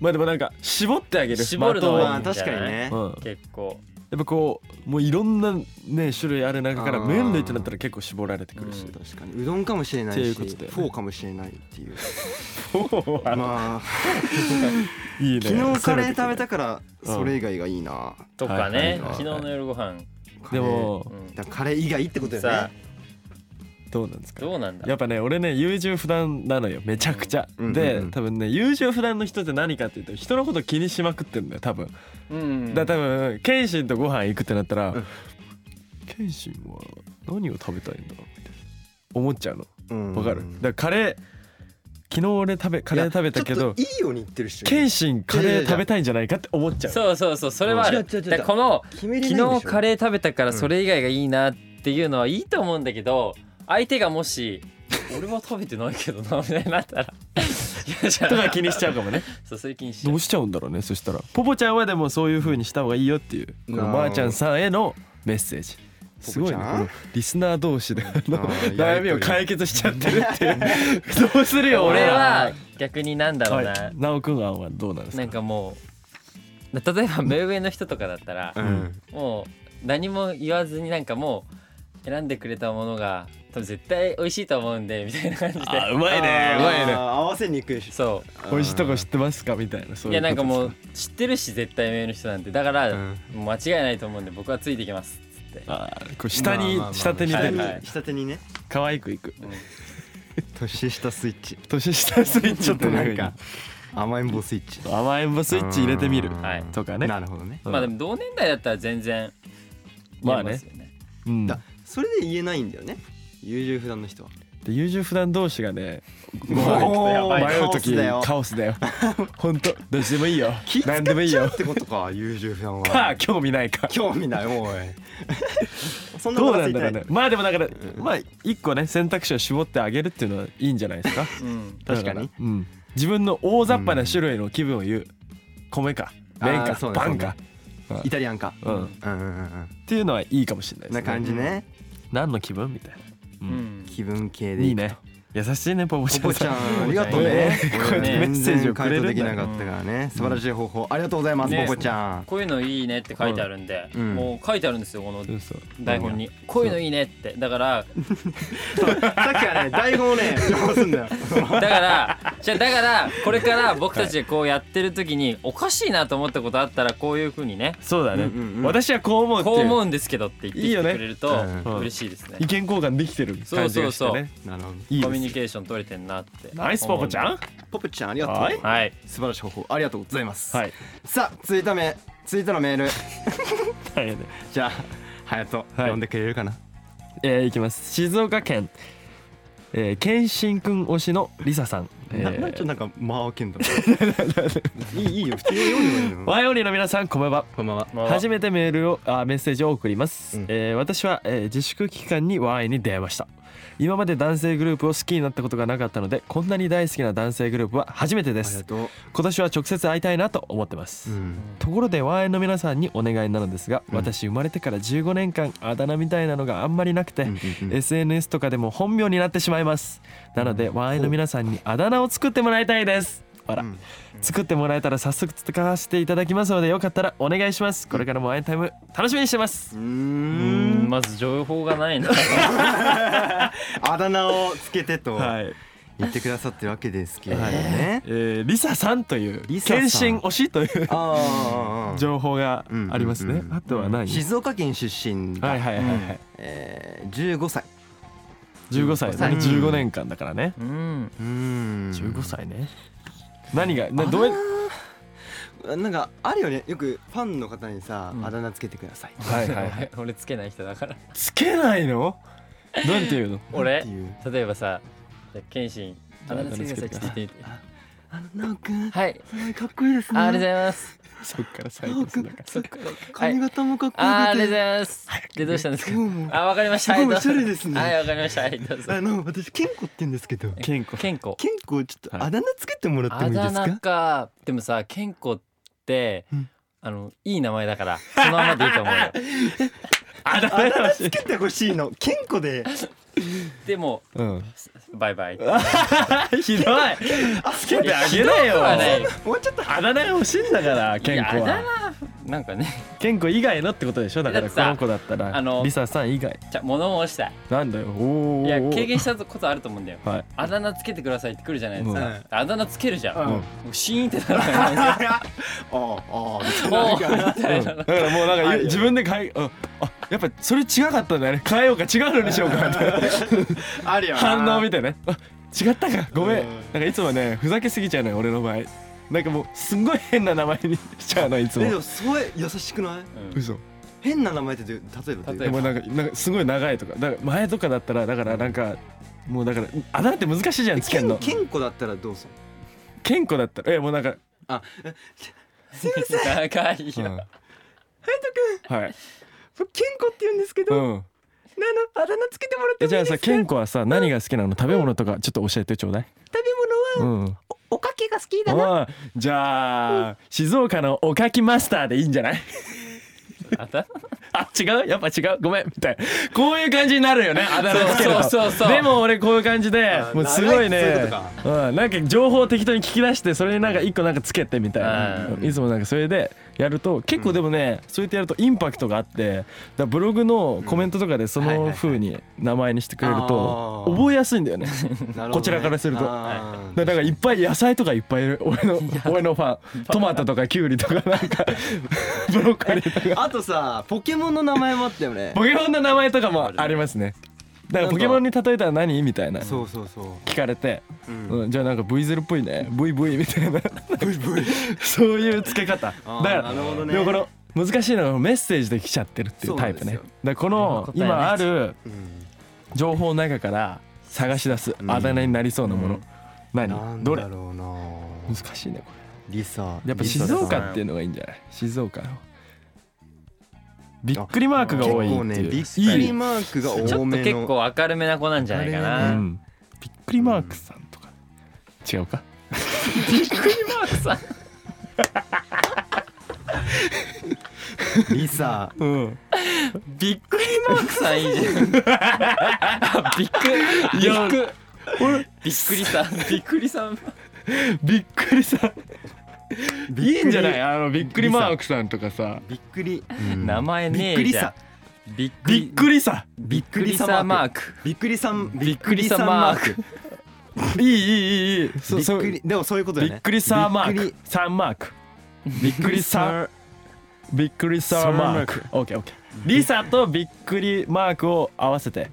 S3: まあでもなんか絞ってあげる
S1: 絞るの
S3: 的を
S1: は
S2: まあ
S1: いいんじゃ
S2: 確かに
S1: ない
S2: ね
S3: うん、や
S1: 結構
S3: っぱこうもういろんなね種類ある中から
S2: あー
S3: 麺類ってなったら結構絞られてくるし、
S1: うん
S2: 確かにうどんかもしれないし
S3: っていうことだよね
S2: フォーかもしれないって いう
S3: まあ
S2: まあ
S3: いいね
S2: 昨日カレー食べたからそれ以外がいいな、
S1: とかね、
S3: はい
S2: はいはい
S1: 昨日の夜ご飯、
S2: カレー
S3: でも
S1: うん
S2: だからカレー以外ってことだよ
S1: さ
S2: ね
S3: どうなんですか
S1: どうなんだ
S3: やっぱね俺ね優柔不断なのよめちゃくちゃ、
S2: うん
S3: で、
S2: うんうん
S3: 多分ね優柔不断の人って何かっていうと人のこと気にしまくってんだよ多分
S1: うん
S3: だから多分謙信とご飯行くってなったら
S2: うん
S3: 謙信は何を食べたいんだろうみたいな思っちゃうの
S2: うん
S3: わかるだからカレー昨日俺食べカレー食べたけ
S2: いやちょ
S3: ど
S2: っといいように言ってるっしょ
S3: 謙信カレー食べたいんじゃないかって思っちゃう
S1: そうそうそうそれはあ
S2: 違
S1: る
S2: う違う違う
S1: だからこの
S2: 決めれないでしょ
S1: 昨日カレー食べたからそれ以外がいいなっていうのはいいと思うんだけど相手がもし「俺は食べてないけどな」みたいになったら嫌じゃ
S3: と
S1: な
S3: か
S1: い
S3: 気にしちゃうかもね
S1: そうそういう気にしちゃ
S3: ど
S1: う
S3: うしちゃうんだろうねそしたらポポちゃんはでもそういう風にした方がいいよっていうこの
S2: なあ
S3: まーちゃんさんへのメッセージ
S2: ポ
S3: す
S2: ポ
S3: ご
S2: ち
S3: いね
S2: ゃん
S3: このリスナー同士であ
S2: あ
S3: の
S2: ーやりとり
S3: 悩みを解決しちゃってるっていうどうするよ俺
S1: 俺
S3: ら
S1: は逆になんだろうな、
S3: はいなおくん案はどうなんですか
S1: なんかもう例えば目上の人とかだったら
S2: うん
S1: もう何も言わずになんかもう選んでくれたものが多分絶対美味しいと思うんでみたいな感じ
S3: あ
S1: で
S3: ーうまいねうまい
S2: あー
S3: ね
S2: 合わせに行くでし
S1: そう
S2: ょ
S3: 美味しいとこ知ってますかみたいなそう
S1: い
S3: いう
S1: や
S3: こと
S1: なんかもう
S3: で
S1: 知ってるし絶対名の人なんてだから、
S2: うん
S1: もう間違いないと思うんで僕はついてきますっつって
S3: す、かあーこう下に
S2: まあまあまあ
S3: 下手に
S1: は
S3: ね
S1: いはい
S2: 下手にね
S3: 可愛くいく
S1: うん
S2: 年下スイッチ
S3: 年下スイッチ
S2: ちょっとな
S3: な
S2: んん
S3: か
S2: か甘えん坊スイッチ
S3: 甘えん坊スイッチ入れてみる
S2: うん
S1: はい
S3: とかね
S2: なるほどね
S3: うん
S1: まあでも同年代だったら全然
S3: まあね
S1: 言えすよね
S3: うん
S2: だそれで言えないんだよね優柔不断の人は
S3: で優柔不断同士がねご
S2: お
S3: 飯
S2: ー
S3: 行くとやばい迷
S2: カ
S3: う
S2: オス
S3: 時
S2: だよ
S3: カオ スだよほんとどっちでもいいよ
S2: 気使
S3: 何
S2: っ
S3: でもいい
S2: ちゃう
S3: よ
S2: ってことか優柔不断
S3: か
S2: は
S3: 興味ないか
S2: 興味ないおい そんな
S3: ど
S2: こ
S3: う
S2: と
S3: な
S2: はつい
S3: ん
S2: てな
S3: だろう
S2: い
S3: ねまあでもだからまあ一個ね選択肢を絞ってあげるっていうのはいいんじゃないですか
S1: うん
S2: 確かに、
S3: うん、自分の大雑把な種類の気分を言う、米か麺
S2: あー
S3: か
S2: そうね
S3: パンか
S2: イタリアンか
S3: う、ん、っ
S2: うんうんうん
S3: ていうのはいいかもしれない
S2: うん
S3: です
S2: な
S3: ね
S2: 感じね
S3: 何の気分みたいな、う
S1: うんん
S2: 気分系で
S3: いいね優しいねポポ
S2: ポ
S3: ちゃん
S2: ポちゃんありがとうね
S1: ね。
S2: これ
S1: ね
S2: メッセージを
S3: く
S2: 回
S3: れるん
S2: 答
S3: だ
S2: できなかったからね。素晴らしい方法ありがとうございます。
S1: ね
S2: ポポち ゃん。
S1: こういうのいいねって書いてあるんで、
S2: うん
S1: もう書いてあるんですよこの
S3: そうそう
S1: 台本にこういうのいいねってだから
S2: さっきはね台本をね邪魔すんだよ。
S1: だからじゃあだからこれから僕たちがこうやってる時におかしいなと思ったことあったらこういうふうにね
S3: そうだね、
S2: うんうんうん
S3: 私はこう思うってい
S1: こ
S3: う
S1: う思うんですけどって言ってき
S3: いいよ
S1: て
S3: ね
S1: くれると
S2: うん
S3: うん
S1: 嬉しいですね
S3: 意見交換できてる感じがして
S1: そうそう
S3: ね
S2: なるほど
S3: いい
S1: コミュ
S3: で
S1: ニ
S3: す
S1: ケーション取れてんなって
S3: ナイスポポちゃ
S1: 思
S3: ん
S2: ポプちゃんありがとう、
S3: はい
S1: うんはい
S2: 素晴らしい方法ありがとうございます、
S3: はい
S2: さあ続いため続いてのメール
S3: はいね
S2: じゃあ隼人、
S3: はい
S2: 呼んでくれるかな
S3: えー、いきます静岡県えー、健信くん推しのリサさん、え
S2: ななんちょっと
S3: ー、
S2: なんか間を開けんだ いいいいよ普通に読んでもいいの
S3: ワイオリンの皆さんこんばんは
S2: こんばんは
S1: まあ
S3: 初めてメールをあメッセージを送ります、
S2: うん
S3: えー私は、えー自粛期間にワインに出会いました今まで男性グループを好きになったことがなかったのでこんなに大好きな男性グループは初めてで
S2: ありが
S3: す
S2: と
S3: 今年は直接会いたいなと思ってます、
S2: う、うん、
S3: ところでワインの皆さんにお願いなのですが、
S2: うん
S3: 私生まれてから15年間あだ名みたいなのがあんまりなくて、
S2: うんうんうん
S3: SNS とかでも本名になってしまいますなのでワインの皆さんにあだ名を作ってもらいたいですあら、
S2: うん
S3: 作ってもらえたら早速使わせていただきますのでよかったらお願いしますこれからもワインタイム楽しみにしてます
S2: うー
S1: うんんまず情報がないな
S2: あだ名をつけてと
S3: はい、
S2: 言ってくださってるわけですけれども
S3: え
S2: ね、
S3: ー、リサさんという
S2: リサさん
S3: 検診推しという
S2: ああ
S3: 情報が
S2: うん
S3: ありますね、
S2: うんうんうん
S3: あとは何
S2: 静岡県出身が、
S3: はいはいはいはい、
S2: えー、15歳
S3: 15歳
S2: 15歳
S3: ね15年間だからね、
S1: うん
S2: うん
S3: 15歳ね何がなどうや
S2: なんかあるよねよくファンの方にさ、
S1: うん
S2: あだ名つけてください
S3: はいはいはい
S1: 俺つけない人だから
S3: つけないのなんていうの
S1: 俺
S2: っていう
S1: 例えばさじゃあ謙信あなたつけてくださいって言ってみて
S2: あのなおくん
S1: はい
S2: すごいかっこいいですね
S1: あありがとうございます
S3: そっから最後そっから
S1: そっか
S2: 髪型もかっこ
S1: あ
S2: よ
S1: ーあ
S2: かっ
S1: り
S2: た
S1: がとう
S2: で
S1: ございますでどうしたんですか
S2: どうも
S1: あわかりました
S2: すごい
S1: はどうぞ
S2: おしゃれですね
S1: はいわかりましたはいどう ぞ
S2: あの私健康って言うんですけど
S3: 健康
S1: 健康
S2: 健康ちょっとあだ名つけてもらって
S1: あ
S2: もいいで
S1: だ
S2: す
S1: 名
S2: か
S1: かでもさ健康って、
S2: うん
S1: あのいい名前だからそのままでいいと思うよ
S3: あだ
S2: あだ名つけてほしいの健康で
S1: でも
S3: うん
S1: バイバイ
S3: ひどいつけてあげなよ
S1: はないよ
S2: もうちょっと
S3: あだ名が欲しいんだから
S1: い
S3: 健
S1: やあ
S3: 康
S1: だ
S3: は
S1: 名なんかね
S3: 健康以外のってことでしょだか
S1: だ
S3: ら
S1: って
S3: こ
S1: さ
S3: の子だった
S1: あ
S3: ら
S1: の
S3: リサさん以外
S1: じゃあ物申したい
S3: なんだよおーおーおー
S1: いや経験したことあると思うんだよ
S3: はい
S1: あだ名つけてくださいってくるじゃないですか、
S2: うん
S1: あだ名つけるじゃん、
S2: うん
S1: もうシーンってなるのよ
S2: ああああ
S1: も
S2: なん
S1: う
S2: か
S1: みた
S3: う
S1: い
S3: ん
S1: な、
S3: だからもうな
S2: は
S3: んか
S2: い
S3: 自分で変えうんあやっぱそれ違かったんだよね変えようか違うのにしようかみたいな
S2: あるよな
S3: 反応見てねあ違ったかごめ
S2: うん
S3: んなんかいつもねふざけすぎちゃうのよ俺の場合なんかもうすんごい変な名前にしちゃうのいつ
S2: えで
S3: も
S2: もすごい優しくない
S1: うん
S3: 嘘
S2: 変な名前ってどう例えばどういう
S1: 例
S3: でもなんかなんかすごい長いとかだから前とかだったらだからなんかもうだからあだ名って難しいじゃんつけんの
S2: 健康だったらどうする
S3: 健康だったらえもうなんか
S2: あえ
S1: 長いよ、
S3: うんはい
S2: 健康って言うんですけ
S3: う
S2: ど、あ
S3: ん
S2: のあだ名つけてもらって
S3: え
S2: も
S3: じ
S2: い
S3: ゃ
S2: い
S3: あ
S2: です
S3: さ
S2: か
S3: 健康はさ何が好きなの食べ物とかちょっと教えてちょうだい
S2: 食べ
S3: う
S2: 物は
S3: んうん
S2: おおかきが好きだな
S3: じゃあ静岡のおかきマスターでいいんじゃない
S1: あだ
S3: あ違うやっぱ違うごめんみたいなこういう感じになる よねあだ名つけると
S1: そうそうそうそう
S3: でも俺こういう感じで
S2: あー
S3: もうすご
S2: 長い
S3: い
S2: そういう
S3: ね
S2: ことか
S3: うん、なんか情報を適当に聞き出してそれになんか一個なんかつけてみたいな
S1: う
S3: いつもなんかそれでやると結構でもね、そうやってやるとインパクトがあってだからブログのコメントとかでそ
S2: はいはいは
S3: の
S2: い
S3: 風に名前にしてくれると
S2: あー
S3: 覚えやすいんだよ ね。
S2: なるほどね
S3: こちらからすると
S2: あー
S3: だからいっぱい野菜とかいっぱいいる俺の俺のファントマトとかキュウリとかなん かブロッコリーとか
S2: あとさポケモンの名前もあったよね
S3: ポケモンの名前とかもありますねだからポケモンに例えたら何みたいな
S2: そ
S3: 聞
S2: うそうそう
S3: かれて、
S2: うん
S3: うん、じゃあなんか V0 っぽいね VV みたいな そういう付け方だ
S2: あー
S3: から
S2: なるほどね
S3: でもこの難しいのがメッセージで来ちゃってるっていうタイプね
S2: そうな
S3: だ
S2: ん
S3: か
S2: で
S3: らこの
S1: これは答え
S3: 今
S1: な
S3: あ
S1: いです
S3: る
S2: うん
S3: 情報の中から探し出すあだ名になりそうなもの、
S1: うん
S2: なん
S3: 何どれ
S2: だろうな
S3: 難しいねこ
S2: リサ
S3: れやっぱ
S2: リサ
S3: 静
S2: さん
S3: 岡っていうのがいいんじゃない静岡のびっくりマークが多い
S2: 結構
S3: っ
S2: ね
S3: ていう
S2: びっくり
S3: いい
S2: マークが
S1: ちょっ
S2: 多
S1: と
S2: め
S1: 結
S2: の
S1: 構明るめな子なんじゃないか
S2: 明
S1: な、
S2: る
S3: う
S2: め
S3: ん、びっくりマークさんとか、違うか
S1: びっくりマークさん
S2: リサ
S3: うん
S1: びっくりマークさんいいじゃんあびっくり
S3: い
S1: びっ
S3: や
S1: くびっくりさんびっくりさん
S3: びっくりさんいいんじゃないいあのびっくりマークさんとかさ
S2: びっくり
S1: 名前ね
S2: びっく
S1: え
S2: り
S1: じゃ
S2: さ
S1: んびっく
S3: びっくりさ
S1: びっくりさマーク
S2: びっくりさん
S1: びっくりさんマーク
S2: びっくりさんマーク
S3: いいいいいいいいそ
S2: び
S3: う
S2: っ
S3: そう
S2: くりでもそういうことだ
S3: び
S2: よね
S3: っくりサーマ
S2: びっ
S3: ー
S2: く
S3: クサーマークびっくりサーびっくりサーマークオッケーオッケーリサとびっくりマークを合わせて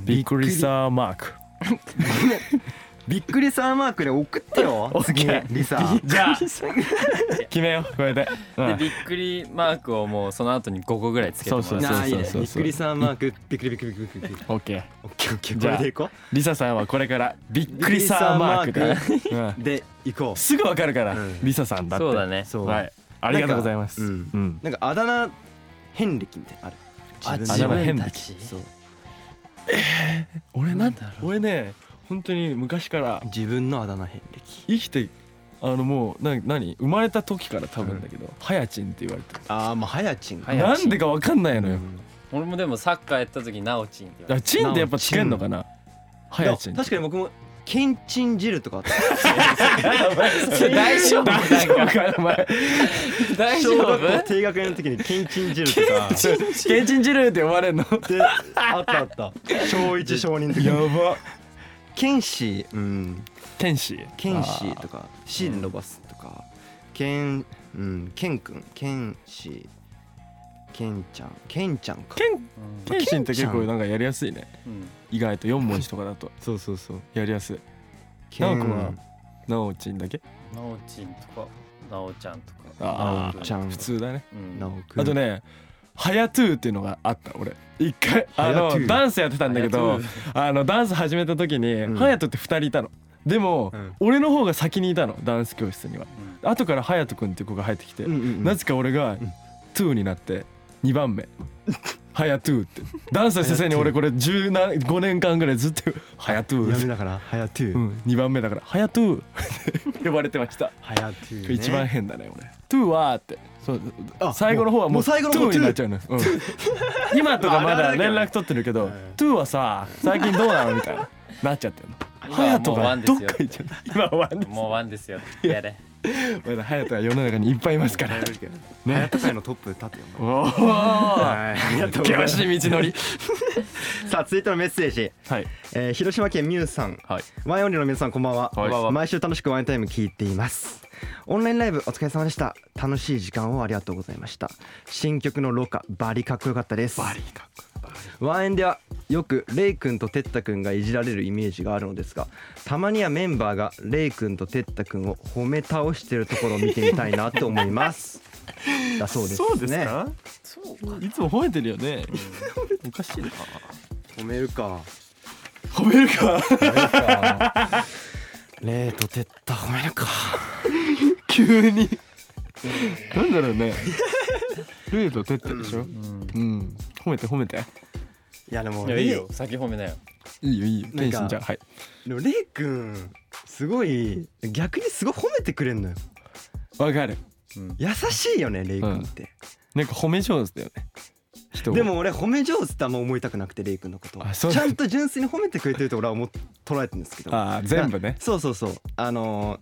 S3: びっくりサーマーク
S2: びっくりサーマークで送って よ
S3: オッケ
S2: 次
S3: ー
S2: リサ
S3: じゃあ決めようこれで、うん
S1: でびっくりマークをもうその後に5個ぐらいつけてもら
S3: そうそう
S2: ああいいね
S3: そうそうそう
S2: びっくりサーマークびっくりびっくりびっくりびっくり
S3: オッケー
S2: オッケーオッケー
S3: じ
S2: こ
S3: ゃあ
S2: れでいこ
S3: リサさんはこれからびっくりサーマーク
S2: び
S3: で
S2: っく、
S3: うん
S2: うで行こ
S3: すぐわかるから、
S2: うん
S3: リサさんだって
S1: そうだね
S2: そう
S3: はいありがとうございます
S2: うう
S3: うんん、
S2: なんかあだ名遍歴みたいなのある
S3: あ自
S2: で
S3: 分変だ
S2: そう
S3: 俺
S1: なんだろう
S3: 俺ね本当に昔から
S2: 自分のあだ名遍歴
S3: 生きてあのもうな何生まれた時から多分だけど、はやちんって言われてる
S2: ああもうはやちん
S1: はやちん
S3: なんでかわかんないのよ、
S1: 俺もでもサッカーやった時なおちんって言わ
S3: あ
S1: れ
S3: チンってやっぱつけんのかなはやちん
S2: 確かに僕もけんちん汁と かあった
S1: て大丈夫
S3: 大丈夫かなお前
S1: 大丈
S2: 小
S1: 夫
S2: 学校低学年の時にけんちん汁とか
S3: けんちん汁って呼ばれんの
S2: であったあった小一小二の時
S3: やば
S2: 剣士うん
S3: 天使
S2: 剣士とかシーで伸ばすとか剣うん剣くん剣士剣ちゃん剣ちゃんか
S3: けん天使って結構なんかやりやすいね
S1: うん
S3: 意外と四文字とかだと
S2: そうそうそう
S3: やりやすい
S2: 剣
S3: なおくんはなおちんだけ
S1: なおちんとかなおちゃんとか
S3: あ
S2: ーなおちゃん
S3: 普通だね
S1: うん
S2: なおくん
S3: あとねはやトゥーっていうのがあった俺一回あ
S2: はやトゥー
S3: のダンスやってたんだけ
S1: はや
S3: ど
S1: ト
S3: あのダンス始めた時に
S2: うん
S3: はやとって二人いたのでも
S2: うん
S3: 俺の方が先にいたのダンス教室には
S1: うん
S3: 後からはやとくんっていう子が入ってきて
S2: うんうんうん
S3: なぜか俺が
S2: ん
S3: トゥーになって2 番目はやトゥーってダンスの先生に俺これ15年間ぐらいずっと「はやトゥー」
S2: や
S3: っ
S2: め
S3: て
S2: だからはやトゥ
S3: う
S2: ー
S3: ん2番目だから「はやトゥー」って呼ばれてました
S2: はやトゥーね
S3: 一番変だね俺「トゥーは」ってそう
S2: あ
S3: 最後の方はもう
S2: 最後の方
S3: トゥーになっちゃうの、 うん今とかまだ連絡取ってるけど「トゥーはさ最近どうなの?」みたいななっちゃって るの。
S1: 今
S3: ハ
S1: は
S3: ヤ
S1: も
S3: ト
S1: うワ
S3: が
S1: ンで
S3: どっ
S1: す
S3: か
S1: よ
S3: 行っちゃった。今ワンで
S1: もうワンですよやれ
S3: す。まだハヤトは世の中にいっぱいいます から。
S2: はやと界のトップで立ってよ
S3: おお。
S2: はいありがとう ござい
S3: 険
S2: ます
S3: しい道のり。
S2: さあ続いてのメッセージ
S3: はい。
S2: えー広島県ミューズさん
S3: はい。
S2: ワインオンリーの皆さんこんばんは、
S3: こんばんは
S2: 毎週楽しくワインタイム聞いていますオンラインライブお疲れ様でした楽しい時間をありがとうございました新曲のロカバリかっこよかったですバリかワンエンではよくレイ君とテッタ君がいじられるイメージがあるのですがたまにはメンバーがレイ君とテッタ君を褒め倒してるところを見てみたいなと思います だそうですね
S3: か。いつも褒めてるよね。おかしいな。
S2: 褒めるか
S3: 褒めるか。
S2: レイとテッタ褒めるか
S3: 急に。なんだろ うね。ルーとテッタでしょ。うん。褒めて褒めて。
S2: いやでも
S1: いやいいよ先褒めなよ
S3: いいよいいよ。
S2: な
S3: 天
S2: んか
S3: 心ちゃんはい。
S2: でもレイくんすごい逆にすごい褒めてくれんのよ
S3: わかる。
S2: 優しいよねレイくんって、
S3: なんか褒め上手だよね。人を
S2: で。も俺褒め上手ってあんま思いたくなくてレイくんのこと
S3: あ
S2: ち
S3: そう
S2: ゃんと純粋に褒めてくれてると俺は思っ捉えてるんですけど
S3: あー全部ね
S2: なそうそうそうあの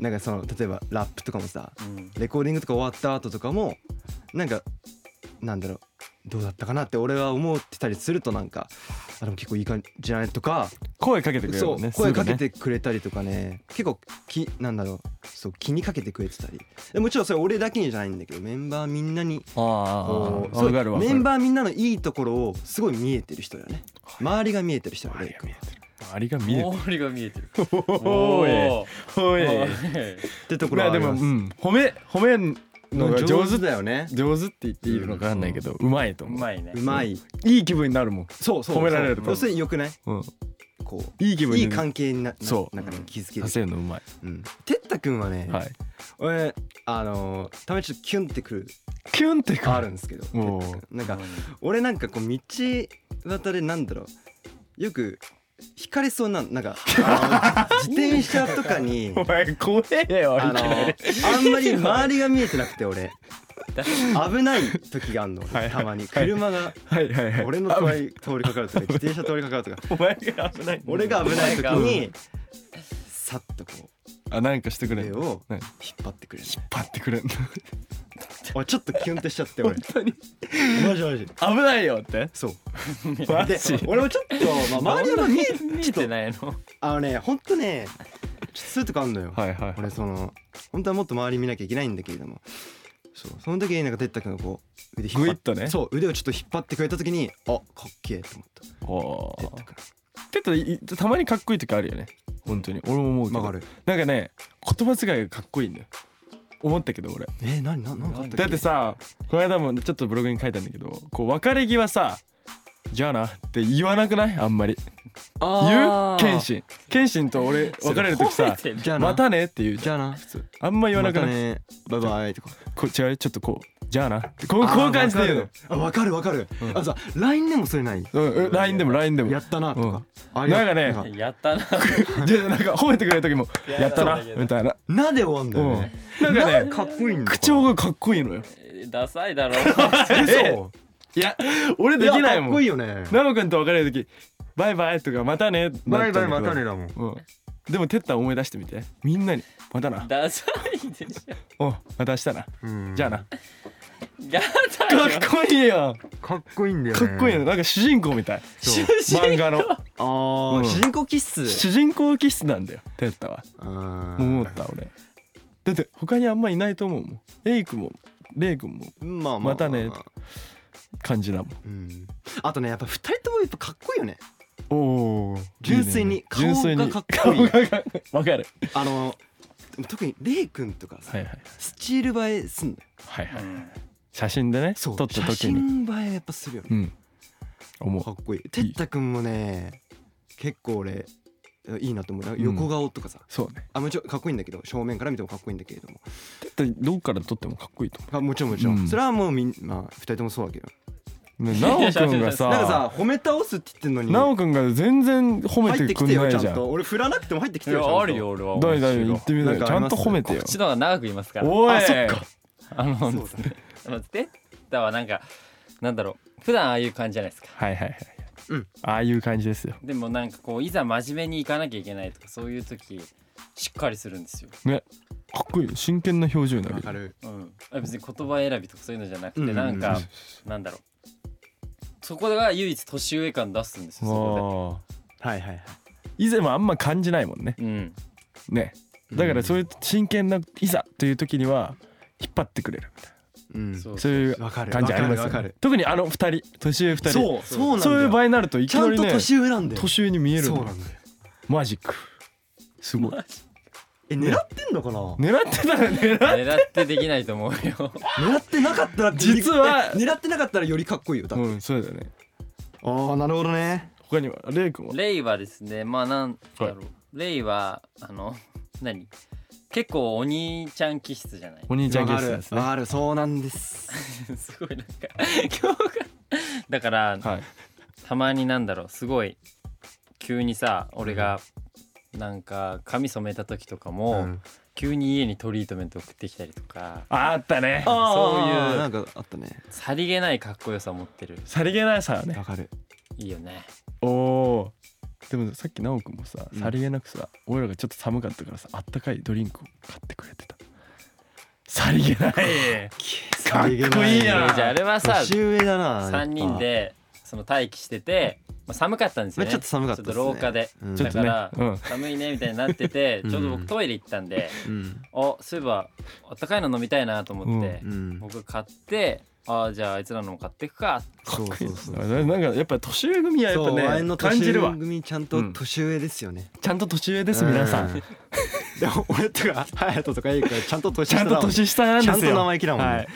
S2: ーなんかその例えばラップとかもさレコーディングとか終わった後とかもなんかなんだろうどうだったかなって俺は思ってたりするとなんかあでも結構いい感じじゃないとか
S3: 声かけてくれる
S2: そ
S3: も
S2: うん
S3: ね。
S2: 声かけ
S3: すぐね。
S2: てくれたりとかね結構きなんだろうそう気にかけてくれてたりでもちろんそれ俺だけにじゃないんだけどメンバーみんなに
S3: あ
S2: こう
S3: あ。わかる
S2: そう
S3: わかる。
S2: メンバーみんなのいいところをすごい見えてる人だよね周りが見えてる人だよね
S3: ありが見えてる。
S1: 氷が見えてる
S3: おーい。お
S1: お
S3: い。
S1: ーい
S2: ってところ
S3: ま
S2: は
S3: あ
S2: あ
S3: で
S2: り
S3: も、う
S2: ます
S3: ん、褒め褒めんのが上手
S2: よね
S3: 上手って言っていいのかわかんないけど、うまいと
S1: う
S3: 思う
S1: まいね
S2: うまい
S3: いい気分になるもん、
S2: そうそう
S3: 褒められると
S2: そうそれ良くない
S3: うん、
S2: こう
S3: いい気分
S2: い
S3: に
S2: い関係になな
S3: そう
S2: なんかね気づける
S3: させるのうまい、
S2: うんてったくんはね
S3: はい
S2: 俺あのーたまにちょっとキュンってくる
S3: キュンって
S2: あるんですけど
S3: おー
S2: てったくんなん
S1: う
S2: か
S1: ん
S2: 俺なんかこう道端でなんだろうよく惹かれそうななん かあの自転車とかに
S3: お前怖えよ
S2: あのあんまり周りが見えてなくて 俺危ない時があんの
S3: はいはい
S2: たまに車が
S3: はいはいはい
S2: 俺の隣通りかかるとか自転車通りかか るとか
S3: お前が危ない
S2: 俺が危ない時
S1: お前
S2: にさっとこ
S3: あなんかしてく
S2: う
S3: れ
S2: 手を引
S3: ね
S2: っ張ってくれる
S3: 引っ張ってくれんの
S2: 俺ちょっとキュンってしちゃって俺
S3: 当に
S2: マジマジ
S3: 危ないよって
S2: そう
S3: マ
S2: で
S3: ジ
S2: 俺もちょっと、まあ、周りは見え
S1: 見えてないの
S2: あのねほんとねちょっとそういうとこあんのよ、
S3: はいはい
S2: 俺その本当はもっと周り見なきゃいけないんだけれどもそうその時になんか哲太君がこう腕引っ張っ
S3: グイッとね
S2: そう腕をちょっと引っ張ってくれた時にあかっけえと思った
S3: おー
S2: 哲太君
S3: ペットいたまにかっこいい時あるよね本当に俺も思うけど
S2: 曲がる
S3: なんかね言葉遣いがかっこいいんだよ思ったけど俺
S2: えー、何何何かあったっけ
S3: だってさこの間もちょっとブログに書いたんだけどこう別れ際さ「じゃあな」って言わなくないあんまり言う謙信謙信と俺別れる時さ
S1: それ褒めてる
S2: じゃ
S3: 「
S2: あな
S3: またね」って言うじ
S2: じ
S3: ゃん
S2: ゃあな普通
S3: あんま言わな
S2: ま
S3: くな
S2: た
S3: い、
S2: ねバイバイ とか
S3: こう違うちょっとこう「じゃあな」ってこうこういう感じで言う
S2: あ
S3: の
S2: わかるわかる、あさ LINE でもそれない
S3: うんうん、LINE でも LINE でも
S2: やったなとか、あ
S3: なんかね
S2: やっ
S1: やったな
S3: じゃあなんか褒めてくれる時も「
S1: や
S3: やったな
S1: そう」
S3: みたいな、
S2: たなで終わんだ
S3: う
S2: よ
S3: ん
S2: ね、、
S3: なんかね
S2: かっこいいんだ
S3: 口調がかっこいいのよ
S1: ダサいだろ
S2: 嘘
S3: いや俺できな
S2: や
S3: い
S2: か
S3: も
S2: っ
S3: ん
S2: こいいよね
S3: ナム君と別れる時「バイバイ」とか「またね」
S2: バ
S3: な
S2: イ
S3: っち
S2: バイ
S3: ゃうんだ
S2: ま
S3: けど
S2: たねだもん
S3: うん、でもテッタ思い出してみてみんなに「またな」
S1: ダサいでし
S3: おまた明日な、
S2: うん
S3: じゃあなか
S1: ょやだよ
S3: っこいいよ
S2: かっこいいんだよ
S3: か
S2: ね
S3: っこいいのなんか主人公みたい
S2: そう
S3: 漫画の
S2: あー、
S3: うん
S2: 主人公気質
S3: 主人公気質なんだよテッタは思
S2: 思
S3: った俺だって他にあんまいないと思うもんエイクもレイ君も
S2: まあまあ
S3: またね感じだもん
S2: うんあとねやっぱ二人ともやっぱかっこいいよね
S3: おお
S2: 純粋に
S3: 純粋に
S2: 顔がかっこいい
S3: 顔がかっこいいわかる
S2: あの特にレイ君とかさ、
S3: はいはい
S2: スチール映えすんだよ
S3: はいは
S1: う
S3: い
S1: ん
S3: 写真でね
S2: そ
S3: 撮
S2: う
S3: った
S2: 写
S3: 時に
S2: 真映えやっぱするよね
S3: うん思
S2: かっこいいてったくんもね結構俺いいなと思う横顔とかさ、
S3: うそうね
S2: あもちろんかっこいいんだけど正面から見てもかっこいいんだけれども
S3: テッタどっから撮ってもかっこいいと思う
S2: あもちろんもちろん、
S3: うん
S2: それはもうみんまあ二人ともそうだけど
S3: ねなおくんがさ、
S2: なんかさ褒め倒すって言ってんのに
S3: なおくんが全然褒め
S2: 入ってて
S3: く
S2: き
S3: ん
S2: てよ
S3: ない
S2: ち
S3: じ
S2: ゃん
S3: ゃん。ど
S2: と俺振らなくても入ってきて
S1: い
S2: よちゃん
S1: や
S2: と
S1: あるよ俺は
S3: うだい言ってみな
S2: なん
S3: よ。
S2: か
S3: ち
S2: あ
S3: ゃ
S2: り
S3: ん
S2: ます
S3: と褒めてよ
S1: こ。っちの方が長く言いますから
S3: おい
S2: あそっか
S1: あの
S2: そうだね
S1: 待ってだはなんかなんだろう普段ああいう感じじゃないですか
S3: はいはいはい。
S2: うん
S3: ああいう感じですよ。
S1: でもなんかこういざ真面目に行かなきゃいけないとかそういう時しっかりするんですよ、
S3: ね。かっこいい。真剣な表情にな
S2: わ
S3: る
S2: か。る
S1: うん、あ別に言葉選びとかそういうのじゃなくて、
S2: うんうん
S1: なんかなんだろうそこが唯一年上感出すんですよそこ
S3: ああ。
S2: はいはいはい
S3: 以前はあんま感じないもんね。
S1: でうん
S3: ね。だからそう
S2: い
S3: いう真剣ないざという時には引っ張ってくれるみたい
S2: うん
S1: そう
S3: な。そういう
S2: わかる
S3: 感じありますよ
S2: わか
S3: ね
S2: る。
S3: 特にあの二人、年上二人。
S2: そうそうなんだよ
S3: そういう場合になるとい
S2: ち
S3: き
S2: ゃ
S3: なんり
S2: と
S3: ね、
S2: 年上なんだよ
S3: 年上に見える
S2: そ
S3: ん
S2: う
S3: だ
S2: な
S3: よ
S2: んだよ
S3: マジック。すごい。
S2: え狙ってんのかな
S3: 狙ってたら狙っ
S1: 狙ってできないと思う よ
S2: 狙ってなかったら
S3: 実は
S2: え狙ってなかったらよりかっこいいよ多分
S3: うん、そうだよね。
S2: ああなるほどね
S3: 他にはレイ君は
S1: レイはですねまあなんだろう、レイはあの何結構お兄ちゃん気質じゃない
S3: お兄ちゃんゲストです
S2: わ
S3: ね。
S2: かるそうなんです
S1: すごいなんか今日がだから
S3: はい。
S1: たまになんだろうすごい急にさ俺がなんか髪染めた時とかも、
S2: うん
S1: 急に家にトリートメント送ってきたりとか
S3: あったね。
S1: あー
S2: なんかあったね
S1: さりげないかっこよさ持ってる
S3: さりげないさね
S2: わ。かる
S1: いいよね
S3: おおー。でもさっき直くんもさ、
S2: うん
S3: さりげなくさ、俺らがちょっと寒かったからさ、あったかいドリンクを買ってくれてた。さりげない。かっこいい
S1: え
S3: や
S1: ーじゃああれはさ
S2: 年上だな
S1: 3人でその待機してて、まあ、寒かったんですよね
S2: まあちょっと寒かったっすね
S1: ちょっと廊下で、
S2: うん
S3: ちょ
S1: だ
S3: っと
S1: か
S3: ね
S1: ら、
S3: うん
S1: 寒いねみたいになってて
S2: うん
S1: ちょうど僕トイレ行ったんで、
S2: うん
S1: あそういえばあったかいの飲みたいなと思って、
S2: うん
S1: 僕買ってあじゃああいつらのも買ってくか
S2: そうそうそう
S3: ななんかやっぱ年上組はや
S2: そう
S3: っぱ
S2: 前
S3: ね
S2: の
S3: 感じ
S2: 年
S3: るわ
S2: 上組ちゃんと年上ですよね
S3: ちゃんと年上です皆さ
S2: うん でも俺とか隼人とかいいからちゃんと年
S3: ち
S2: 下
S3: ゃ
S2: だ
S3: ん
S2: も
S3: と
S2: ん
S3: 年下なんです
S2: ち
S3: よ
S2: ゃんと生意気だもんね
S3: はい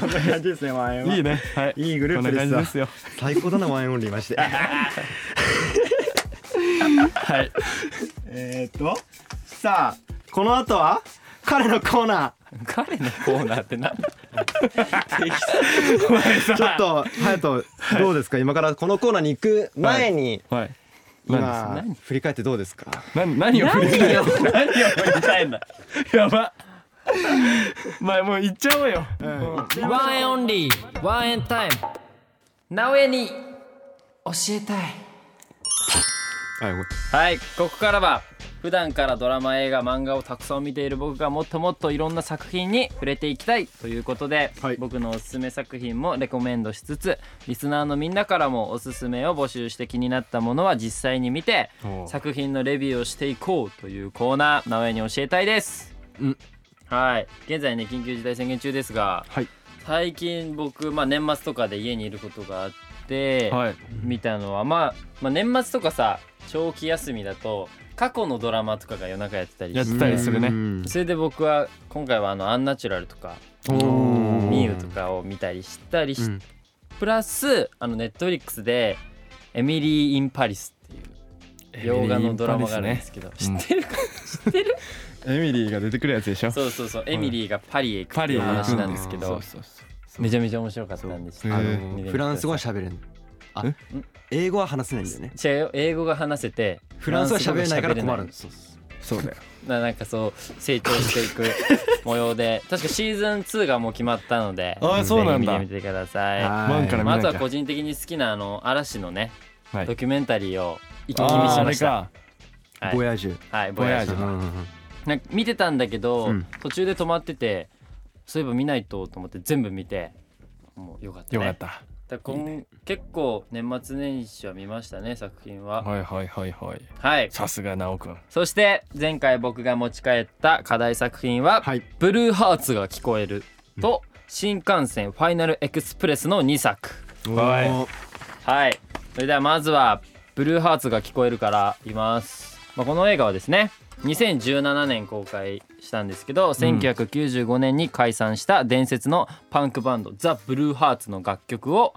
S2: こんな感じですねワンエンはい
S3: いねはい
S2: いいグループ
S3: こんな
S2: で
S3: 感
S2: す
S3: じ
S2: わ
S3: ですよ
S2: 最高だなワンエンオンリーまして
S3: はい
S2: えーっとさあこの後は彼のコーナ
S1: 彼のコーナーって 何だ
S2: ー ちょっと隼人どうですか今からこのコーナーに行く前に
S3: はい何
S2: 今振り返ってどうですか
S3: 何何を振り返
S1: 何
S3: る
S1: を言いたいんだ
S3: やばまあもう行っちゃおうよ、
S1: ワンエンオンリーワンエンタイム直江に教えたい
S2: はい
S1: はいここからは普段からドラマ映画漫画をたくさん見ている僕がもっともっといろんな作品に触れていきたいということで、
S2: はい
S1: 僕のおすすめ作品もレコメンドしつつリスナーのみんなからもおすすめを募集して気になったものは実際に見て
S2: おう
S1: 作品のレビューをしていこうというコーナー名前に教えたいです、
S2: うん
S1: はい現在ね緊急事態宣言中ですが、
S3: はい
S1: 最近僕、まあ、年末とかで家にいることがあって、
S3: はい
S1: 見たのは、まあ、まあ年末とかさ長期休みだと過去のドラマとかが夜中やってたり
S3: やっ
S1: して
S3: たりするね
S2: うん
S1: それで僕は今回はあの「アンナチュラル」とか
S3: お
S1: 「
S2: ー
S1: ミユ」とかを見たりしたりし、
S2: うん
S1: プラスあのネットフリックスで「エミリー・イン・パリス」っていう洋画のドラマがあるんですけど、
S3: リーインパ
S1: 知
S3: リ
S1: ってるか、知ってる
S3: エミリーが出てくるやつでし ょ
S1: そうそうそうエミリーがパリへ行くっ
S3: パ
S1: て
S3: リ
S1: いう
S3: へ行く
S1: 話
S3: んだ
S1: なんですけ
S3: そ
S1: ど
S3: うそうそう
S1: めちゃめちゃ面白かったんです
S2: そう
S3: へ
S2: あ
S3: ー
S1: 見てみてくださ
S2: の
S1: い
S2: フランス語は喋れるのあ
S3: え
S2: 英語は話せないんだよね
S1: 違うよ英語が話せて
S2: フランスは喋れないから困る
S1: ん
S2: そうそう
S3: そうだよ
S1: ななんかそう成長していく 模様で確かシーズン2がもう決まったので
S3: あーそうなんだ
S1: ぜひ見てみてくださ
S2: はい
S3: ワンか
S1: い、
S3: ら
S1: ま
S3: 見
S1: あ、あと
S3: な
S1: は
S3: きゃ
S1: 個人的に好きなあの嵐のね、
S3: はい
S1: ドキュメンタリーを一気
S3: あ
S1: に見
S3: ー
S1: し
S3: あ
S1: ま
S3: れ
S1: した
S3: か
S1: はい
S2: ボヤージュ
S1: はいボヤージ
S3: ボ
S1: ュ
S2: うん
S1: なんか見てたんだけど、
S2: うん
S1: 途中で止まっててそういえば見ないとと思って全部見てもうよかったね
S3: よかった
S1: だからこん結構年末年始は見ましたね作品は
S3: はいはいはいはい
S1: はい
S3: さすがなおくん
S1: そして前回僕が持ち帰った課題作品は
S2: はい
S1: 「ブルーハーツが聞こえる」と「新幹線ファイナルエクスプレス」の2作
S3: はい
S2: おー
S1: はいそれではまずは「ブルーハーツが聞こえる」からいます、まあ、この映画はですね2017年公開したんですけど、1995年に解散した伝説のパンクバンドザ・ブルーハーツの楽曲を、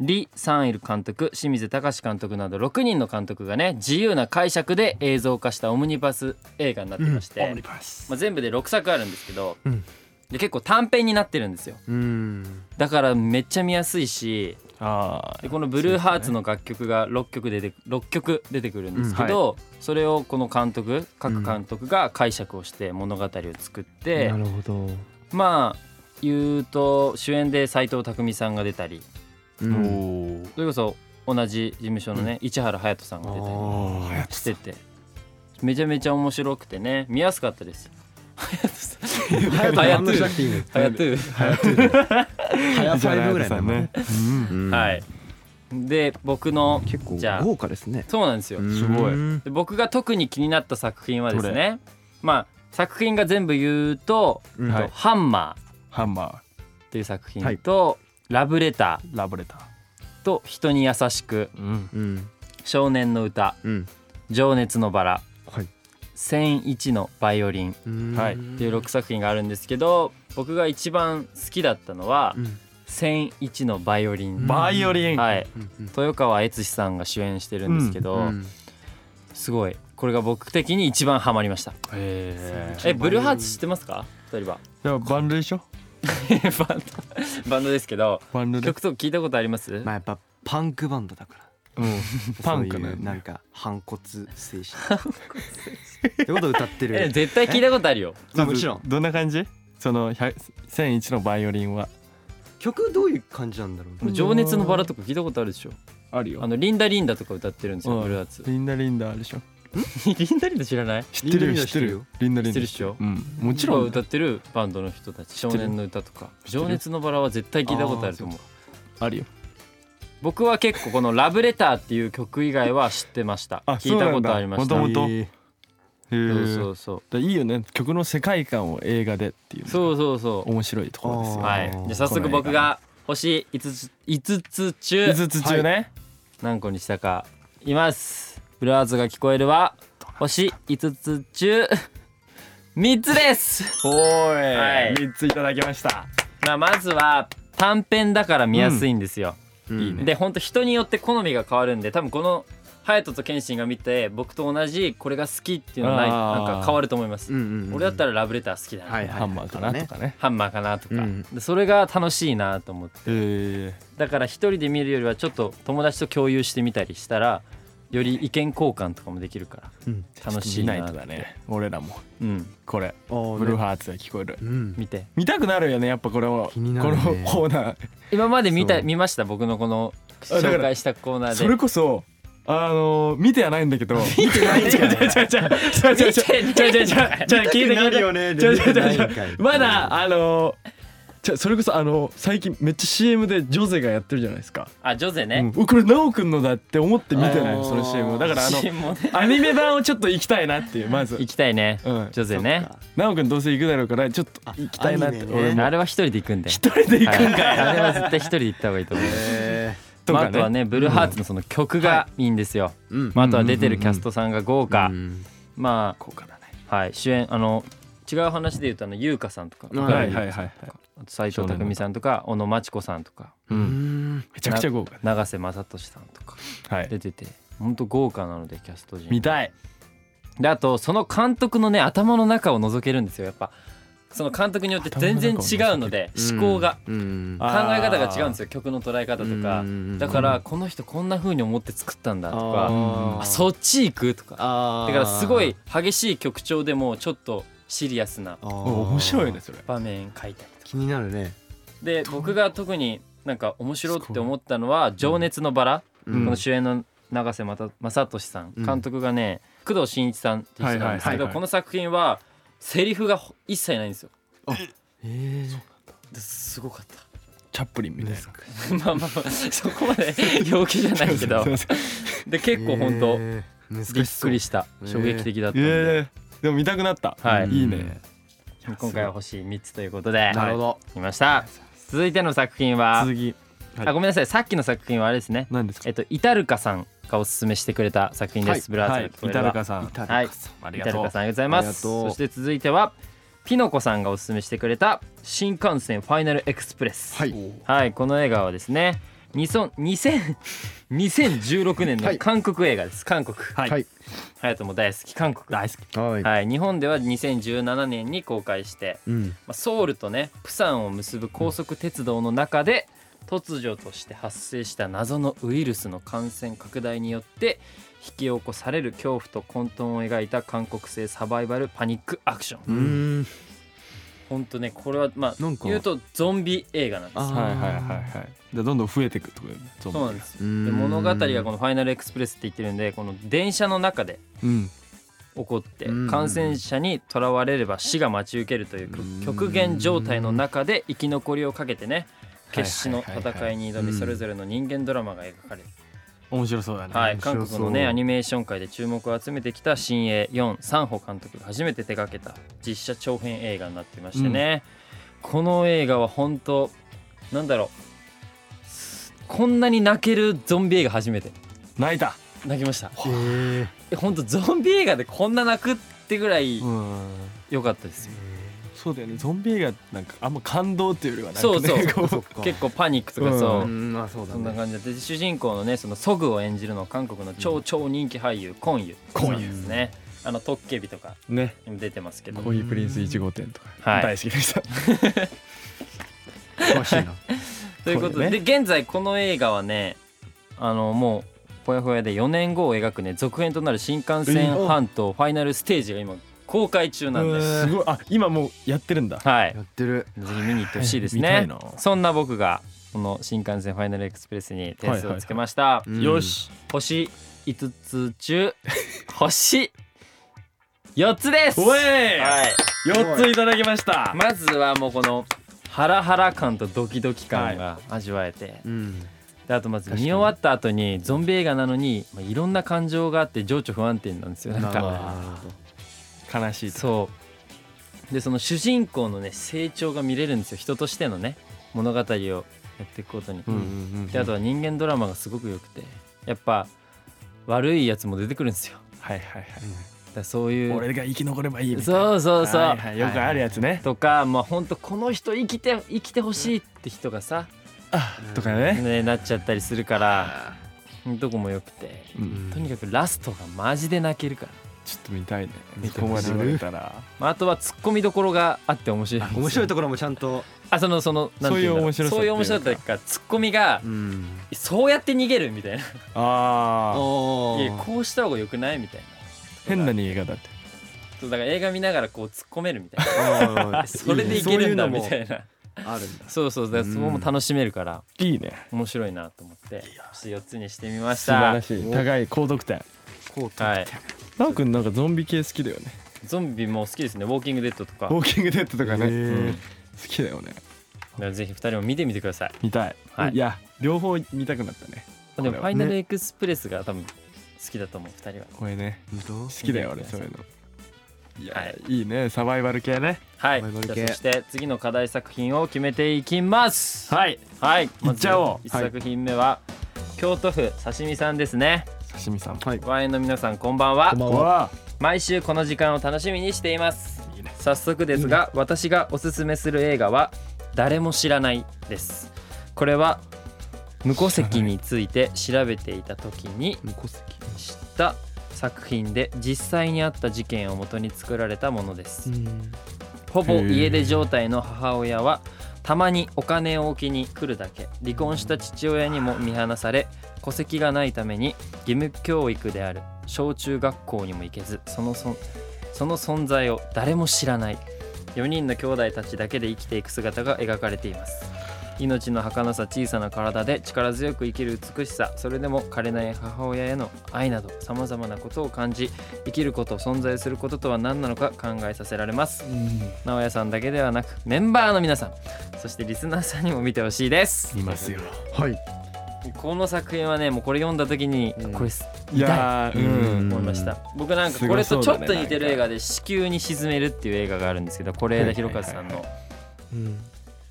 S1: 李三ル監督清水崇監督など6人の監督がね自由な解釈で映像化したオムニバス映画になってまして、
S3: オムニバス
S1: まあ、全部で6作あるんですけど、
S2: うん
S1: で結構短編になってるんですよ
S2: うん
S1: だからめっちゃ見やすいし
S3: あ
S1: でこのブルーハーツの楽曲が6曲出て6曲出てくるんですけ
S3: う
S1: ど、それをこの監督各監督が解釈をして物語を作って、
S2: なるほど
S1: まあ言うと主演で斎藤工さんが出たり
S3: ーお
S1: それこそ同じ事務所のね、市原隼人さんが出たり
S2: あー
S1: しててめちゃめちゃ面白くてね見やすかった です。隼人さん
S2: 早く反応しなくていいの
S1: 隼人
S2: 早ファイブぐらい
S3: だ
S2: だ
S3: ね
S2: ね
S1: はい。で僕の
S2: 結構
S1: じゃあ
S2: 豪華ですね
S1: そうなんですよ。
S3: すごい
S2: うん
S1: で僕が特に気になった作品はですね、まあ作品が全部言うと、
S2: うん
S3: はい
S1: ハンマー
S3: ハンマ
S1: っていう作品と、ラブレタ
S3: ーラブレタ
S1: ーと人に優しく
S3: ーうん
S2: うん
S1: 少年の歌
S2: うん
S1: 情熱のバラ
S2: はい
S1: 千一のバイオリンっ
S3: はい
S1: ていう6作品があるんですけど、僕が一番好きだったのは
S2: うん
S1: 千一のバイオリン、
S3: バイオリン
S1: はい。
S2: うんうん
S1: 豊川悦司さんが主演してるんですけど、
S2: うん
S1: すごいこれが僕的に一番ハマりました
S3: え
S1: えブルーハーツ知ってますか二人は
S3: でもバンドでしょ
S1: バンドバンドですけど
S3: バンドで
S1: 曲とか聞いたことあります
S2: まあやっぱパンクバンドだから
S3: うんパンク
S2: そうい
S3: ね
S2: うなんか反骨 精神ってことを歌って
S1: え
S2: る
S1: 絶対聞いたことあるよ
S2: まあもちろん
S3: どんな感じその100 1001のバイオリンは
S2: 曲どういう感じなんだろ
S1: 「
S2: う
S1: 情熱のバラ」とか聞いたことあるでしょ
S3: あるよ
S1: あのリンダリンダとか歌ってるんですよブルーハーツ
S3: リンダリンダあるでしょ
S1: リンダリンダ知らない
S3: 知ってるよ
S2: リンダリンダ
S3: 知ってるよリンダリ
S1: 知
S3: ンダ
S1: ってるっしょ
S3: うんもちろん
S1: 歌ってるバンドの人たち少
S3: ってる
S1: 年の歌とか「
S3: る
S1: 情熱のバラ」は絶対聞いたことあると思う
S3: あるよ
S1: 僕は結構この「ラブレター」っていう曲以外は知ってました
S3: あ
S1: 聞いたことありました
S3: そ
S1: そ
S3: うなんだ元々
S2: え
S3: へえ
S1: うそうそう
S3: だからいいよね曲の世界観を映画でっていう
S1: そうそうそう
S3: 面白いところですよ
S2: あ
S1: はいじゃあ早速僕が星5つ五つ中
S3: 5つ中ね
S1: 何個にしたかいますブルーハーツが聞こえるは星5つ中3つです
S3: お
S1: はい
S3: ーい3ついただきました
S1: まあまずは短編だから見やすいんですよ、
S2: ー
S3: いいね
S1: でほんと人によって好みが変わるんで多分この隼人と謙信が見て僕と同じこれが好きっていうのはない
S3: あ
S1: な
S3: ー
S1: んか変わると思います、
S2: うんうんうん
S1: 俺だったらラブレター好きだな、
S2: はいはい
S3: ハンマーかなとかね
S1: ハンマーかなとか、
S2: うん
S1: でそれが楽しいなと思って
S3: え
S1: だから一人で見るよりはちょっと友達と共有してみたりしたらより意見交換とかもできるから
S2: うん
S1: 楽しい
S3: 見な
S1: ないって
S3: とだね俺らも
S1: うん
S3: これ
S2: あー
S3: ブルーハーツが聞こえる
S2: うん
S1: 見て
S3: 見たくなるよねやっぱこれを
S2: 気になるね
S3: このコーナー
S1: 今まで見
S3: そ
S1: た
S3: う
S1: 見ました僕のこの
S3: あだから
S1: 紹介したコーナーで
S3: それこそあのー、見てはないんだけど 見てない
S1: んじゃない
S3: 違う違う違う違う違う違う違う違う聞いて
S2: 見たくな
S3: 聞
S2: る
S3: いて
S2: よね
S3: 違う違う
S2: で
S3: 違
S2: 見
S3: う
S2: てない
S3: 違
S2: ん
S3: う
S2: かい
S3: まだあのーちょそれこそあのー最近めっちゃ CM でジョゼがやってるじゃないですか、
S1: あジョゼ
S3: う
S1: ね
S3: ん、おこれ奈くんのだって思って見てない
S2: あー
S3: その CM だからあの
S1: シーンもね
S3: アニメ版をちょっと行きたいなっていうまず
S1: 行きたいね
S3: うん
S1: ジョゼね
S3: 奈くんどうせ行くだろうからちょっと行きたいなって
S2: アニメね
S3: 俺も
S1: あれは一人で行くんで
S3: 一人で行くんか
S1: はいあれは絶対一人で行った方がいいと 思う
S2: えー
S3: と
S1: まあ
S3: か
S1: あとは
S3: ね
S1: ねブルーハーツのその曲がいいんですよ
S2: うん
S1: まああとは出てるキャストさんが豪華
S2: うん
S1: ま
S3: こうかなね
S1: あはい主演あの違う話で言うとあの優香さんとか
S2: はい
S3: はいはいはい
S1: 斎藤工さんとか小野真知子さんとか
S2: うん
S3: めちゃくちゃ豪華
S1: 永瀬正敏さんとか
S3: はい
S1: 出てて本当豪華なのでキャスト陣
S3: 見たい
S1: であとその監督のね頭の中を覗けるんですよやっぱその監督によって全然違うので思考が
S2: うん
S1: 考え方が違うんですよ曲の捉え方とか
S2: うん
S1: だからこの人こんな風に思って作ったんだとか
S2: あー
S1: あそっち行くとか
S2: あ
S1: だ
S2: ー
S1: からすごい激しい曲調でもちょっとシリアスな
S2: あー
S3: お面白いねそれ
S1: 場面書いたりとか
S2: 気になるね
S1: で僕が特になんか面白って思ったのは「情熱のバラ」
S2: うん
S1: この主演の永瀬また正俊さん
S2: うん
S1: 監督がね工藤新一さんっていう人なんです
S3: は
S1: け
S3: いはいはい
S1: ど
S3: はい
S1: この作品はセリフがほ一切ないんですよ
S2: え
S1: ですごかった
S3: チャップリンみたいな
S1: まあまあまあそこまで陽気じゃないけど
S3: すいません
S1: で結構本当
S2: びっ
S1: びっくり
S2: し
S1: した
S2: えー
S1: 衝撃的だったんで
S3: えーでも見たくなった
S1: はい
S3: いいね
S1: 今回は欲しい3つということで
S2: なるほど
S1: 来ました続いての作品は
S3: 続き
S1: あごめんなさいさっきの作品はあれですね
S3: 何ですか
S1: えっとイタルカさんがおすすめしてくれた作品です、
S2: はい
S1: ブラザーズが聞こえれば
S3: さ
S2: いただき
S1: はい
S3: あ
S1: イタルカさんありがとうございます
S2: ありがとう
S1: そして続いてはピノコさんがおすすめしてくれた新幹線ファイナルエクスプレス
S2: はい
S1: はいこの映画はですね2000 2000 2016年
S2: は
S1: の
S2: い
S1: 韓国映画です韓国
S3: はい
S2: はい
S1: 隼人も大好き韓国
S3: 大好き
S2: はい
S1: はい日本では2017年に公開して
S2: うん
S1: まあソウルとねプサンを結ぶ高速鉄道の中で突如として発生した謎のウイルスの感染拡大によって引き起こされる恐怖と混沌を描いた韓国製サバイバルパニックアクション。
S2: うん
S1: ほんとねこれはまあ
S2: なんか
S1: 言うとゾンビ映画なんです
S2: あ
S1: よ。
S3: はいはいはいはいでどんどん増えていくってことだよねゾンビ
S1: そうなん
S3: が
S1: ですよで物語がこの「ファイナルエクスプレス」って言ってるんでこの電車の中で
S3: うん
S1: 起こって
S2: うん
S1: 感染者にとらわれれば死が待ち受けるという
S2: うん
S1: 極限状態の中で生き残りをかけてね決死の
S3: はいはいはい
S1: 戦
S3: はい
S1: に挑み
S2: うん
S1: それぞれの人間ドラマが描かれる、
S3: 面白そうだね
S1: はい、
S2: 面白そ
S1: 韓
S2: う
S1: 国のねアニメーション界で注目を集めてきた新鋭4三歩監督が初めて手掛けた実写長編映画になっていましてね、この映画は本当なんだろうこんなに泣けるゾンビ映画初めて
S3: 泣いた
S1: 泣きました
S2: え
S1: え本当ゾンビ映画でこんな泣くってぐらい
S3: ん
S1: 良かったですよ
S3: そうだよねゾンビ映画なんかあんま感動っていうよりはなんか
S1: そ
S3: ね
S1: うそう
S3: こ
S2: そっか
S1: 結構パニックとか
S3: う
S1: そう、
S2: うんまあそうだ
S1: そんな
S2: ね
S1: 感じでで主人公のねそのソグを演じるのは韓国の超超人気俳優コンユ
S3: コ
S1: さん
S3: ンユ
S1: ですねあのトッケビとか
S3: うね
S1: にも出てますけど
S3: コーヒープリンス1号店とか
S1: はい
S3: 大好きでした
S2: 詳 しいな
S1: ということで,、
S3: コンユ
S1: で現在この映画はねあのもうほやほやで4年後を描くね続編となる新幹線半島ファイナルステージが今公開中なんです
S3: すごいあ今もうやってるんだ
S1: はい
S2: やってる
S1: ぜひ見に行ってほしいです
S3: はい
S1: ね
S3: 見たいな
S1: そんな僕がこの新幹線ファイナルエクスプレスに点数をつけました、
S2: うん
S3: よし
S1: 星5つ中星4つです
S3: おえ
S1: はい、
S3: 4ついただきました
S1: まずはもうこのハラハラ感とドキドキ感が味わえて、
S2: うん
S1: であとまず見
S2: 確かに
S1: 終わった後にゾンビ映画なのに、まあ、いろんな感情があって情緒不安定なんですよなん
S2: なるほど
S1: か
S2: なるほど
S3: 悲しいと
S1: そうでその主人公のね成長が見れるんですよ人としてのね物語をやっていくことに、
S3: うん
S1: であとは人間ドラマがすごく良くてやっぱ悪いやつも出てくるんですよ
S3: はいはいはい
S1: だからそういう
S3: 俺が生き残ればいいみたいな
S1: そうそうそう、
S3: はいはいよくあるやつね
S1: とかまあ本当この人生きて生きてほしいって人がさ、
S3: とかね
S1: ね、なっちゃったりするからどこも良くて
S3: うん
S1: とにかくラストがマジで泣けるから、
S3: ちょっと見たいね
S2: 見
S3: そ
S2: て
S3: こ
S2: ほ
S3: ま
S2: しい
S3: で言われたら
S1: まあ、あとはツッコミどころがあって面白いんですよ
S2: 面白いところもちゃんと
S1: あそのそのなんてうんだろ
S3: そういう面白さ
S1: そういう面白さ
S3: って
S1: とい
S3: いうう
S1: かツッコミが
S2: うん
S1: そうやって逃げるみたいな
S3: ああ
S2: お
S1: いやこうした方が良くないみたいな
S3: 変な逃げ方って
S1: そうだから映画見ながらこう突っ込めるみたいな
S2: あー
S1: それでいけるんだみた
S2: い
S1: いな
S2: あるんだ
S1: そうそうだからそこも楽しめるから
S3: いいね
S1: 面白いなと思ってちょっと4つにしてみまし
S3: 素晴
S1: た
S3: らしい高い高得点
S1: はい
S3: なおくんなんかゾンビ系好きだよね
S1: ゾンビも好きですねウォーキングデッドとか
S3: ウォーキングデッドとかね、
S2: へー
S3: 好きだよね
S1: だからぜひ2人も見てみてください
S3: 見たい、
S1: はい
S3: い、や両方見たくなったねこ
S1: でも
S3: れ
S1: フ
S3: は
S1: ァイナルエクスプレスが多分好きだと思う2人は
S3: これね
S2: 本当
S3: 好きだよ俺そういうのいや、
S1: はい
S3: い、いねサバイバル系ね
S1: はい
S2: バイバル
S1: じ
S2: 系
S1: ゃあそして次の課題作品を決めていきます
S3: はい
S1: はい
S3: いっちゃおう
S1: 1作品目は京都府刺身さんですね
S3: 刺身さん
S2: はい
S1: ワインの皆さんこんばんは
S3: うわ
S1: 毎週この時間を楽しみにしています早速ですが私がおすすめする映画は誰も知らないですこれは無戸籍について調べていた時に
S2: 無戸籍
S1: 知った作品で実際にあった事件をもとに作られたものですほぼ家出状態の母親はたまにお金を置きに来るだけ離婚した父親にも見放され戸籍がないために義務教育である小中学校にも行けずそのそその存在を誰も知らない4人の兄弟たちだけで生きていく姿が描かれています命の儚さ小さな体で力強く生きる美しさそれでも枯れない母親への愛などさまざまなことを感じ生きること存在することとは何なのか考えさせられます直哉さんだけではなくメンバーの皆さんそしてリスナーさんにも見てほしいです
S3: いますよ
S2: はい
S1: この作品はねもうこれ読んだ時に、
S2: うん
S1: これす
S3: いやー
S2: うん
S1: 思いました、僕なんかこ
S3: すご
S1: れ
S3: そ
S1: と
S3: う
S1: ちょ
S3: だね
S1: っと似てる映画で「子宮に沈める」っていう映画があるんですけど是枝裕和さんの
S2: うん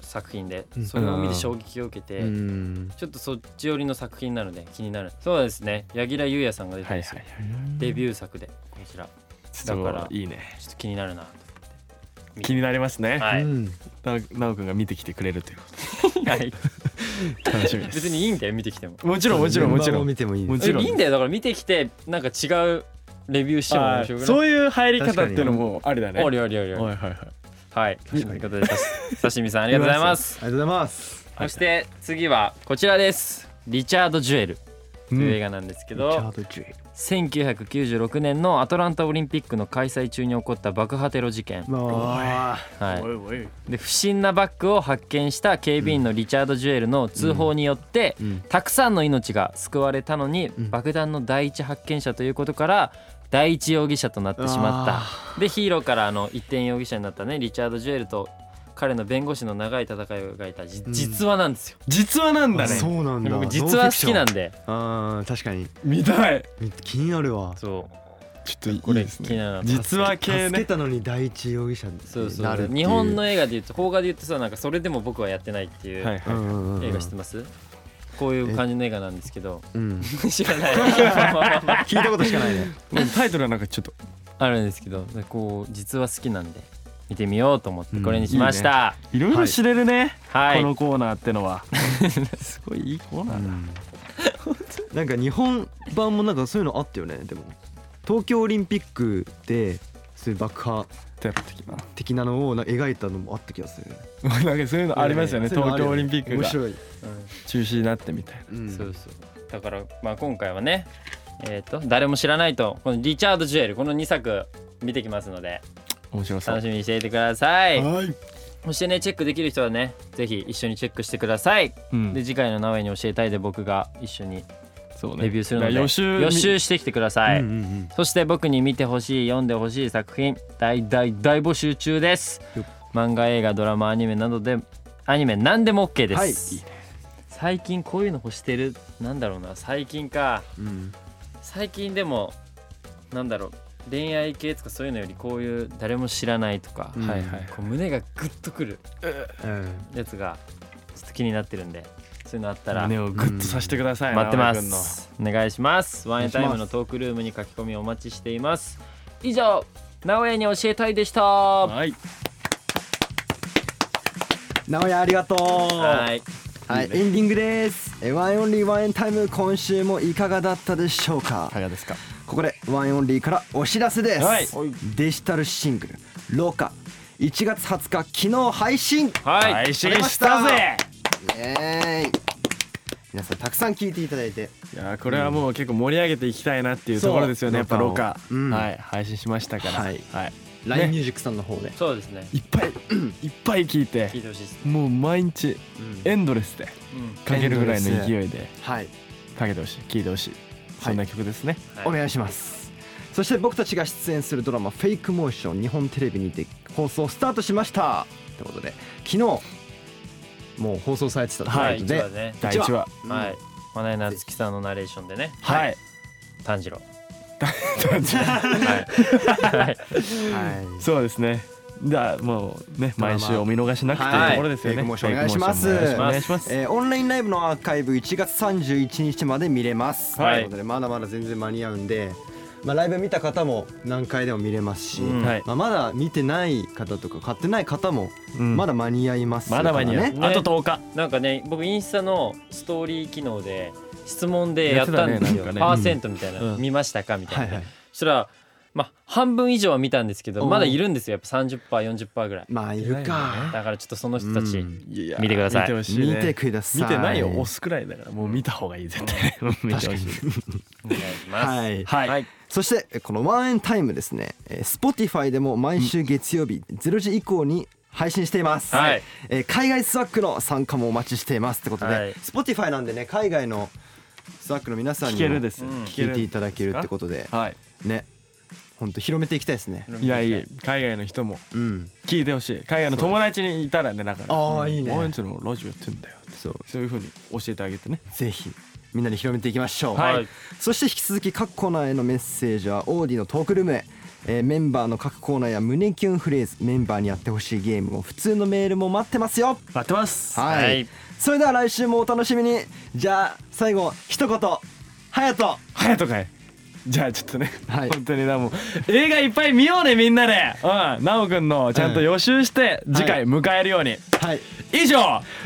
S1: 作品で
S2: うん
S1: それを見て衝撃を受けて、
S2: うん
S1: ちょっとそっち寄りの作品なので気になるそうですね柳楽優弥さんが出て
S3: は
S1: るん
S3: い
S1: ですよ、
S3: はい
S1: デビュー作でこちらちょ
S3: だ
S1: だ
S3: か
S1: から
S3: らいいね
S1: っと気になるなと
S3: 気になりますね、
S1: はい、
S3: ななおくんが見てきてくれるというこ
S1: はい、
S3: と楽しみです
S1: 別にいいんだよ見てきても
S3: もちろんもちろんもちろん
S2: 見てもいい
S3: も
S2: で
S3: ちろん
S1: えいいんだよだから見てきてなんか違うレビューしても
S3: あ
S1: 面白く
S3: ー
S1: ない
S3: そういう入り方っていうのもありだね
S1: おりおりおりお
S3: は
S1: り
S3: いはいはい
S1: はいということでさし刺身さんありがとうございます
S2: すありがとうございます
S1: そして次はこちらですリチャード・ジュエルという映画なんですけど、
S2: ドジュエ
S1: 1996年のアトランタオリンピックの開催中に起こった爆破テロ事件、
S2: ルわ
S1: はい、
S3: おいおい
S1: で不審なバッグを発見した警備員のリチャード・ジュエルの通報によって、
S2: うんうん
S1: たくさんの命が救われたのに、
S2: ん
S1: 爆弾の第一発見者ということから第一容疑者となってしま
S2: あ
S1: ったでヒーローからあの一点容疑者になったねリチャード・ジュエルと彼の弁護士の長い戦いを描いたじ
S2: うん
S1: 実話なんですよ、
S3: 実話なんだ
S2: ー
S3: ね
S2: そうなんだ
S1: 僕実話好きなん
S2: だ
S1: で
S2: あー確かに
S3: 見たい
S2: 気になるわ
S1: そう
S3: ちょっと
S1: こ
S3: いい
S1: れ
S3: です
S1: 気
S3: ね
S1: になるな
S3: 実話系
S2: 助け
S3: ね
S2: たのに第一容疑者に
S1: そうそ
S2: なる
S1: う
S2: っていう
S1: 日本の映画で言うと邦画で言うとさなんかそれでも僕はやってないっていう
S3: はい
S2: うん
S3: は
S2: うんうん
S1: 映画知ってます、こういう感じの映画なんですけど
S2: うん
S1: 知らない
S2: 聞いたことしかないね
S3: いもうタイトルはなんかちょっと
S1: あるんですけどこう実は好きなんで見てみようと思って
S2: うん
S1: これにしました、
S3: いろいろ知れるね
S1: はい
S3: このコーナーってのは すごいいいコーナーだ
S2: なんか日本版もなんかそういうのあったよねでも東京オリンピックでそういう爆破
S3: テロ的な
S2: 的なのをなんか描いたのもあった気がするね
S3: なんかそういうのありますよね
S2: そういうの
S3: 東
S2: ある
S3: 京オリンピック
S2: 面
S3: が
S2: 白い
S3: 中止になってみたいな
S2: うん
S1: そうそうだから、まあ、今回はねえっ、と誰も知らないとこのリチャード・ジュエルこの2作見てきますので
S3: 面白そう
S1: 楽しみにしていてください
S3: はい
S1: そしてねチェックできる人はねぜひ一緒にチェックしてください、
S3: うん
S1: で次回の「直江に教えたい」で僕が一緒に
S3: そうね
S1: レビューするので、
S3: だから予習
S1: 予習してきてください、
S2: うんうんうん
S1: そして僕に見てほしい読んでほしい作品大大大募集中です
S2: よっ
S1: 漫画映画ドラマアニメなどでアニメ何でも OK です、
S2: はい
S1: 最近こういうの欲してるなんだろうな最近か
S2: うん
S1: 最近でもなんだろう恋愛系とかそういうのよりこういう誰も知らないとか、
S2: うん
S3: はいはい
S1: こう胸がグッとくる
S2: うん
S1: やつがちょっと気になってるんでそういうのあったら
S3: 胸をグッとさせてください
S1: 待ってま
S3: 直哉君の
S1: すお願いしますワンエンタイムのトークルームに書き込みお待ちしています以上直江に教えたいでしたは
S3: はい
S2: 直哉ありがとうはいいエンディングですえワンオンリーワンエンタイム今週もいかがだったでしょうか
S3: いかがですか
S2: ここでワンオンリーからお知らせです、
S3: はい
S2: デジタルシングル「ロカ1月20日昨日配信
S1: はい、
S3: 配信したぜ
S2: イエーイ皆さんたくさん聞いていただいて
S3: いやーこれはもう結構盛り上げていきたいなっていうところですよねやっぱ
S2: そう
S3: ロカ
S2: うん
S3: はい配信しましたから
S2: は
S3: はいい
S2: LINE ミュージックさんの方で、
S1: そうですね
S3: いっぱいいっぱい聞いて
S1: 聞いてほしいですね、
S3: もう毎日
S2: うん
S3: エンドレスで
S1: うん
S3: かけるぐらいの勢いで
S2: はい
S3: かけてほしい聞いてほしいそんな曲ですね
S1: はい
S2: お願いしますそして僕たちが出演するドラマ「フェイクモーション」日本テレビにて放送スタートしましたということで昨日もう放送されてたと
S1: は
S2: いう
S1: い
S2: こと
S1: 一
S2: で、
S1: 話ね
S3: 第1話
S2: うん
S1: はいマナイナツキさんのナレーションでね
S3: はい
S1: 炭治郎
S2: はい
S3: そうですねじゃあもうね
S2: ドラマ
S3: 毎週お見逃しなくという
S2: はい
S3: ところですよ
S2: フェ
S3: ね
S2: イクモーションお願いします
S3: フェイクモーションお願いします
S2: えーオンラインライブのアーカイブ1月31日まで見れます、
S1: はい
S2: ということでまだまだ全然間に合うんで、まあ、ライブ見た方も何回でも見れますし、
S1: うん
S3: はい
S2: まあ、まだ見てない方とか買ってない方も
S3: うん
S2: まだ間に合いますか
S3: ま
S2: ら、
S3: だ
S2: ね
S3: 間に合う
S1: ね
S3: あと10日
S1: なんかね僕インスタのストーリー機能で質問でやったんです
S3: やってた
S1: よ、
S3: ねなんかね
S1: パーセントみたいな、
S3: うん
S1: 見ましたかみたいな、
S2: はいはい
S1: そしたらまあ半分以上は見たんですけど
S2: おー
S1: まだいるんですよやっぱ 30%40% ぐらい
S2: まあいるか、
S1: だからちょっとその人たち、
S2: うん
S3: いや
S1: 見てください
S3: 見てほしいね
S2: 見てください
S3: 見てないよ押すくらいだからもう見た方がいい絶対 見てほしい
S1: お願いします、
S2: はい、
S3: はい
S1: は
S3: はいい
S2: そしてえこのワンエンタイムですねえー Spotify でも毎週月曜日0時以降に配信しています、
S1: はい
S2: えー海外スワックの参加もお待ちしていますってことで、
S1: はい
S2: Spotify なんでね海外のスワックの皆さん
S3: 聞
S2: に
S3: け
S2: も
S3: るです
S1: うん
S3: 聞け
S2: 聞いてい
S3: る
S2: ただけるってことで
S3: はい
S2: ねほんと広めていきたいですね
S3: いやいい海外の人も
S2: うん
S3: 聞いてほしい海外の友達にいたらねだから
S2: ああいいね
S3: 毎日のラジオやってんだよって
S2: そう
S3: そういう風に教えてあげてね
S2: ぜひみんなで広めていきましょう、
S1: はい、
S2: そして引き続き各コーナーへのメッセージはオーディのトークルームへ、えーメンバーの各コーナーや胸キュンフレーズメンバーにやってほしいゲームも普通のメールも待ってますよ
S3: 待ってます
S2: はい、
S1: はい
S2: それでは来週もお楽しみにじゃあ最後一言ハヤト
S3: 隼人かいじゃあちょっとね、
S2: はい
S3: 本当になもう映画いっぱい見ようねみんなでうん奈く君のちゃんと予習して次回迎えるように、
S2: はい
S3: 以上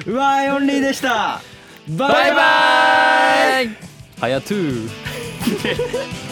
S2: うわーヨンリーでしたバイバイ
S1: バイバイはやとゥー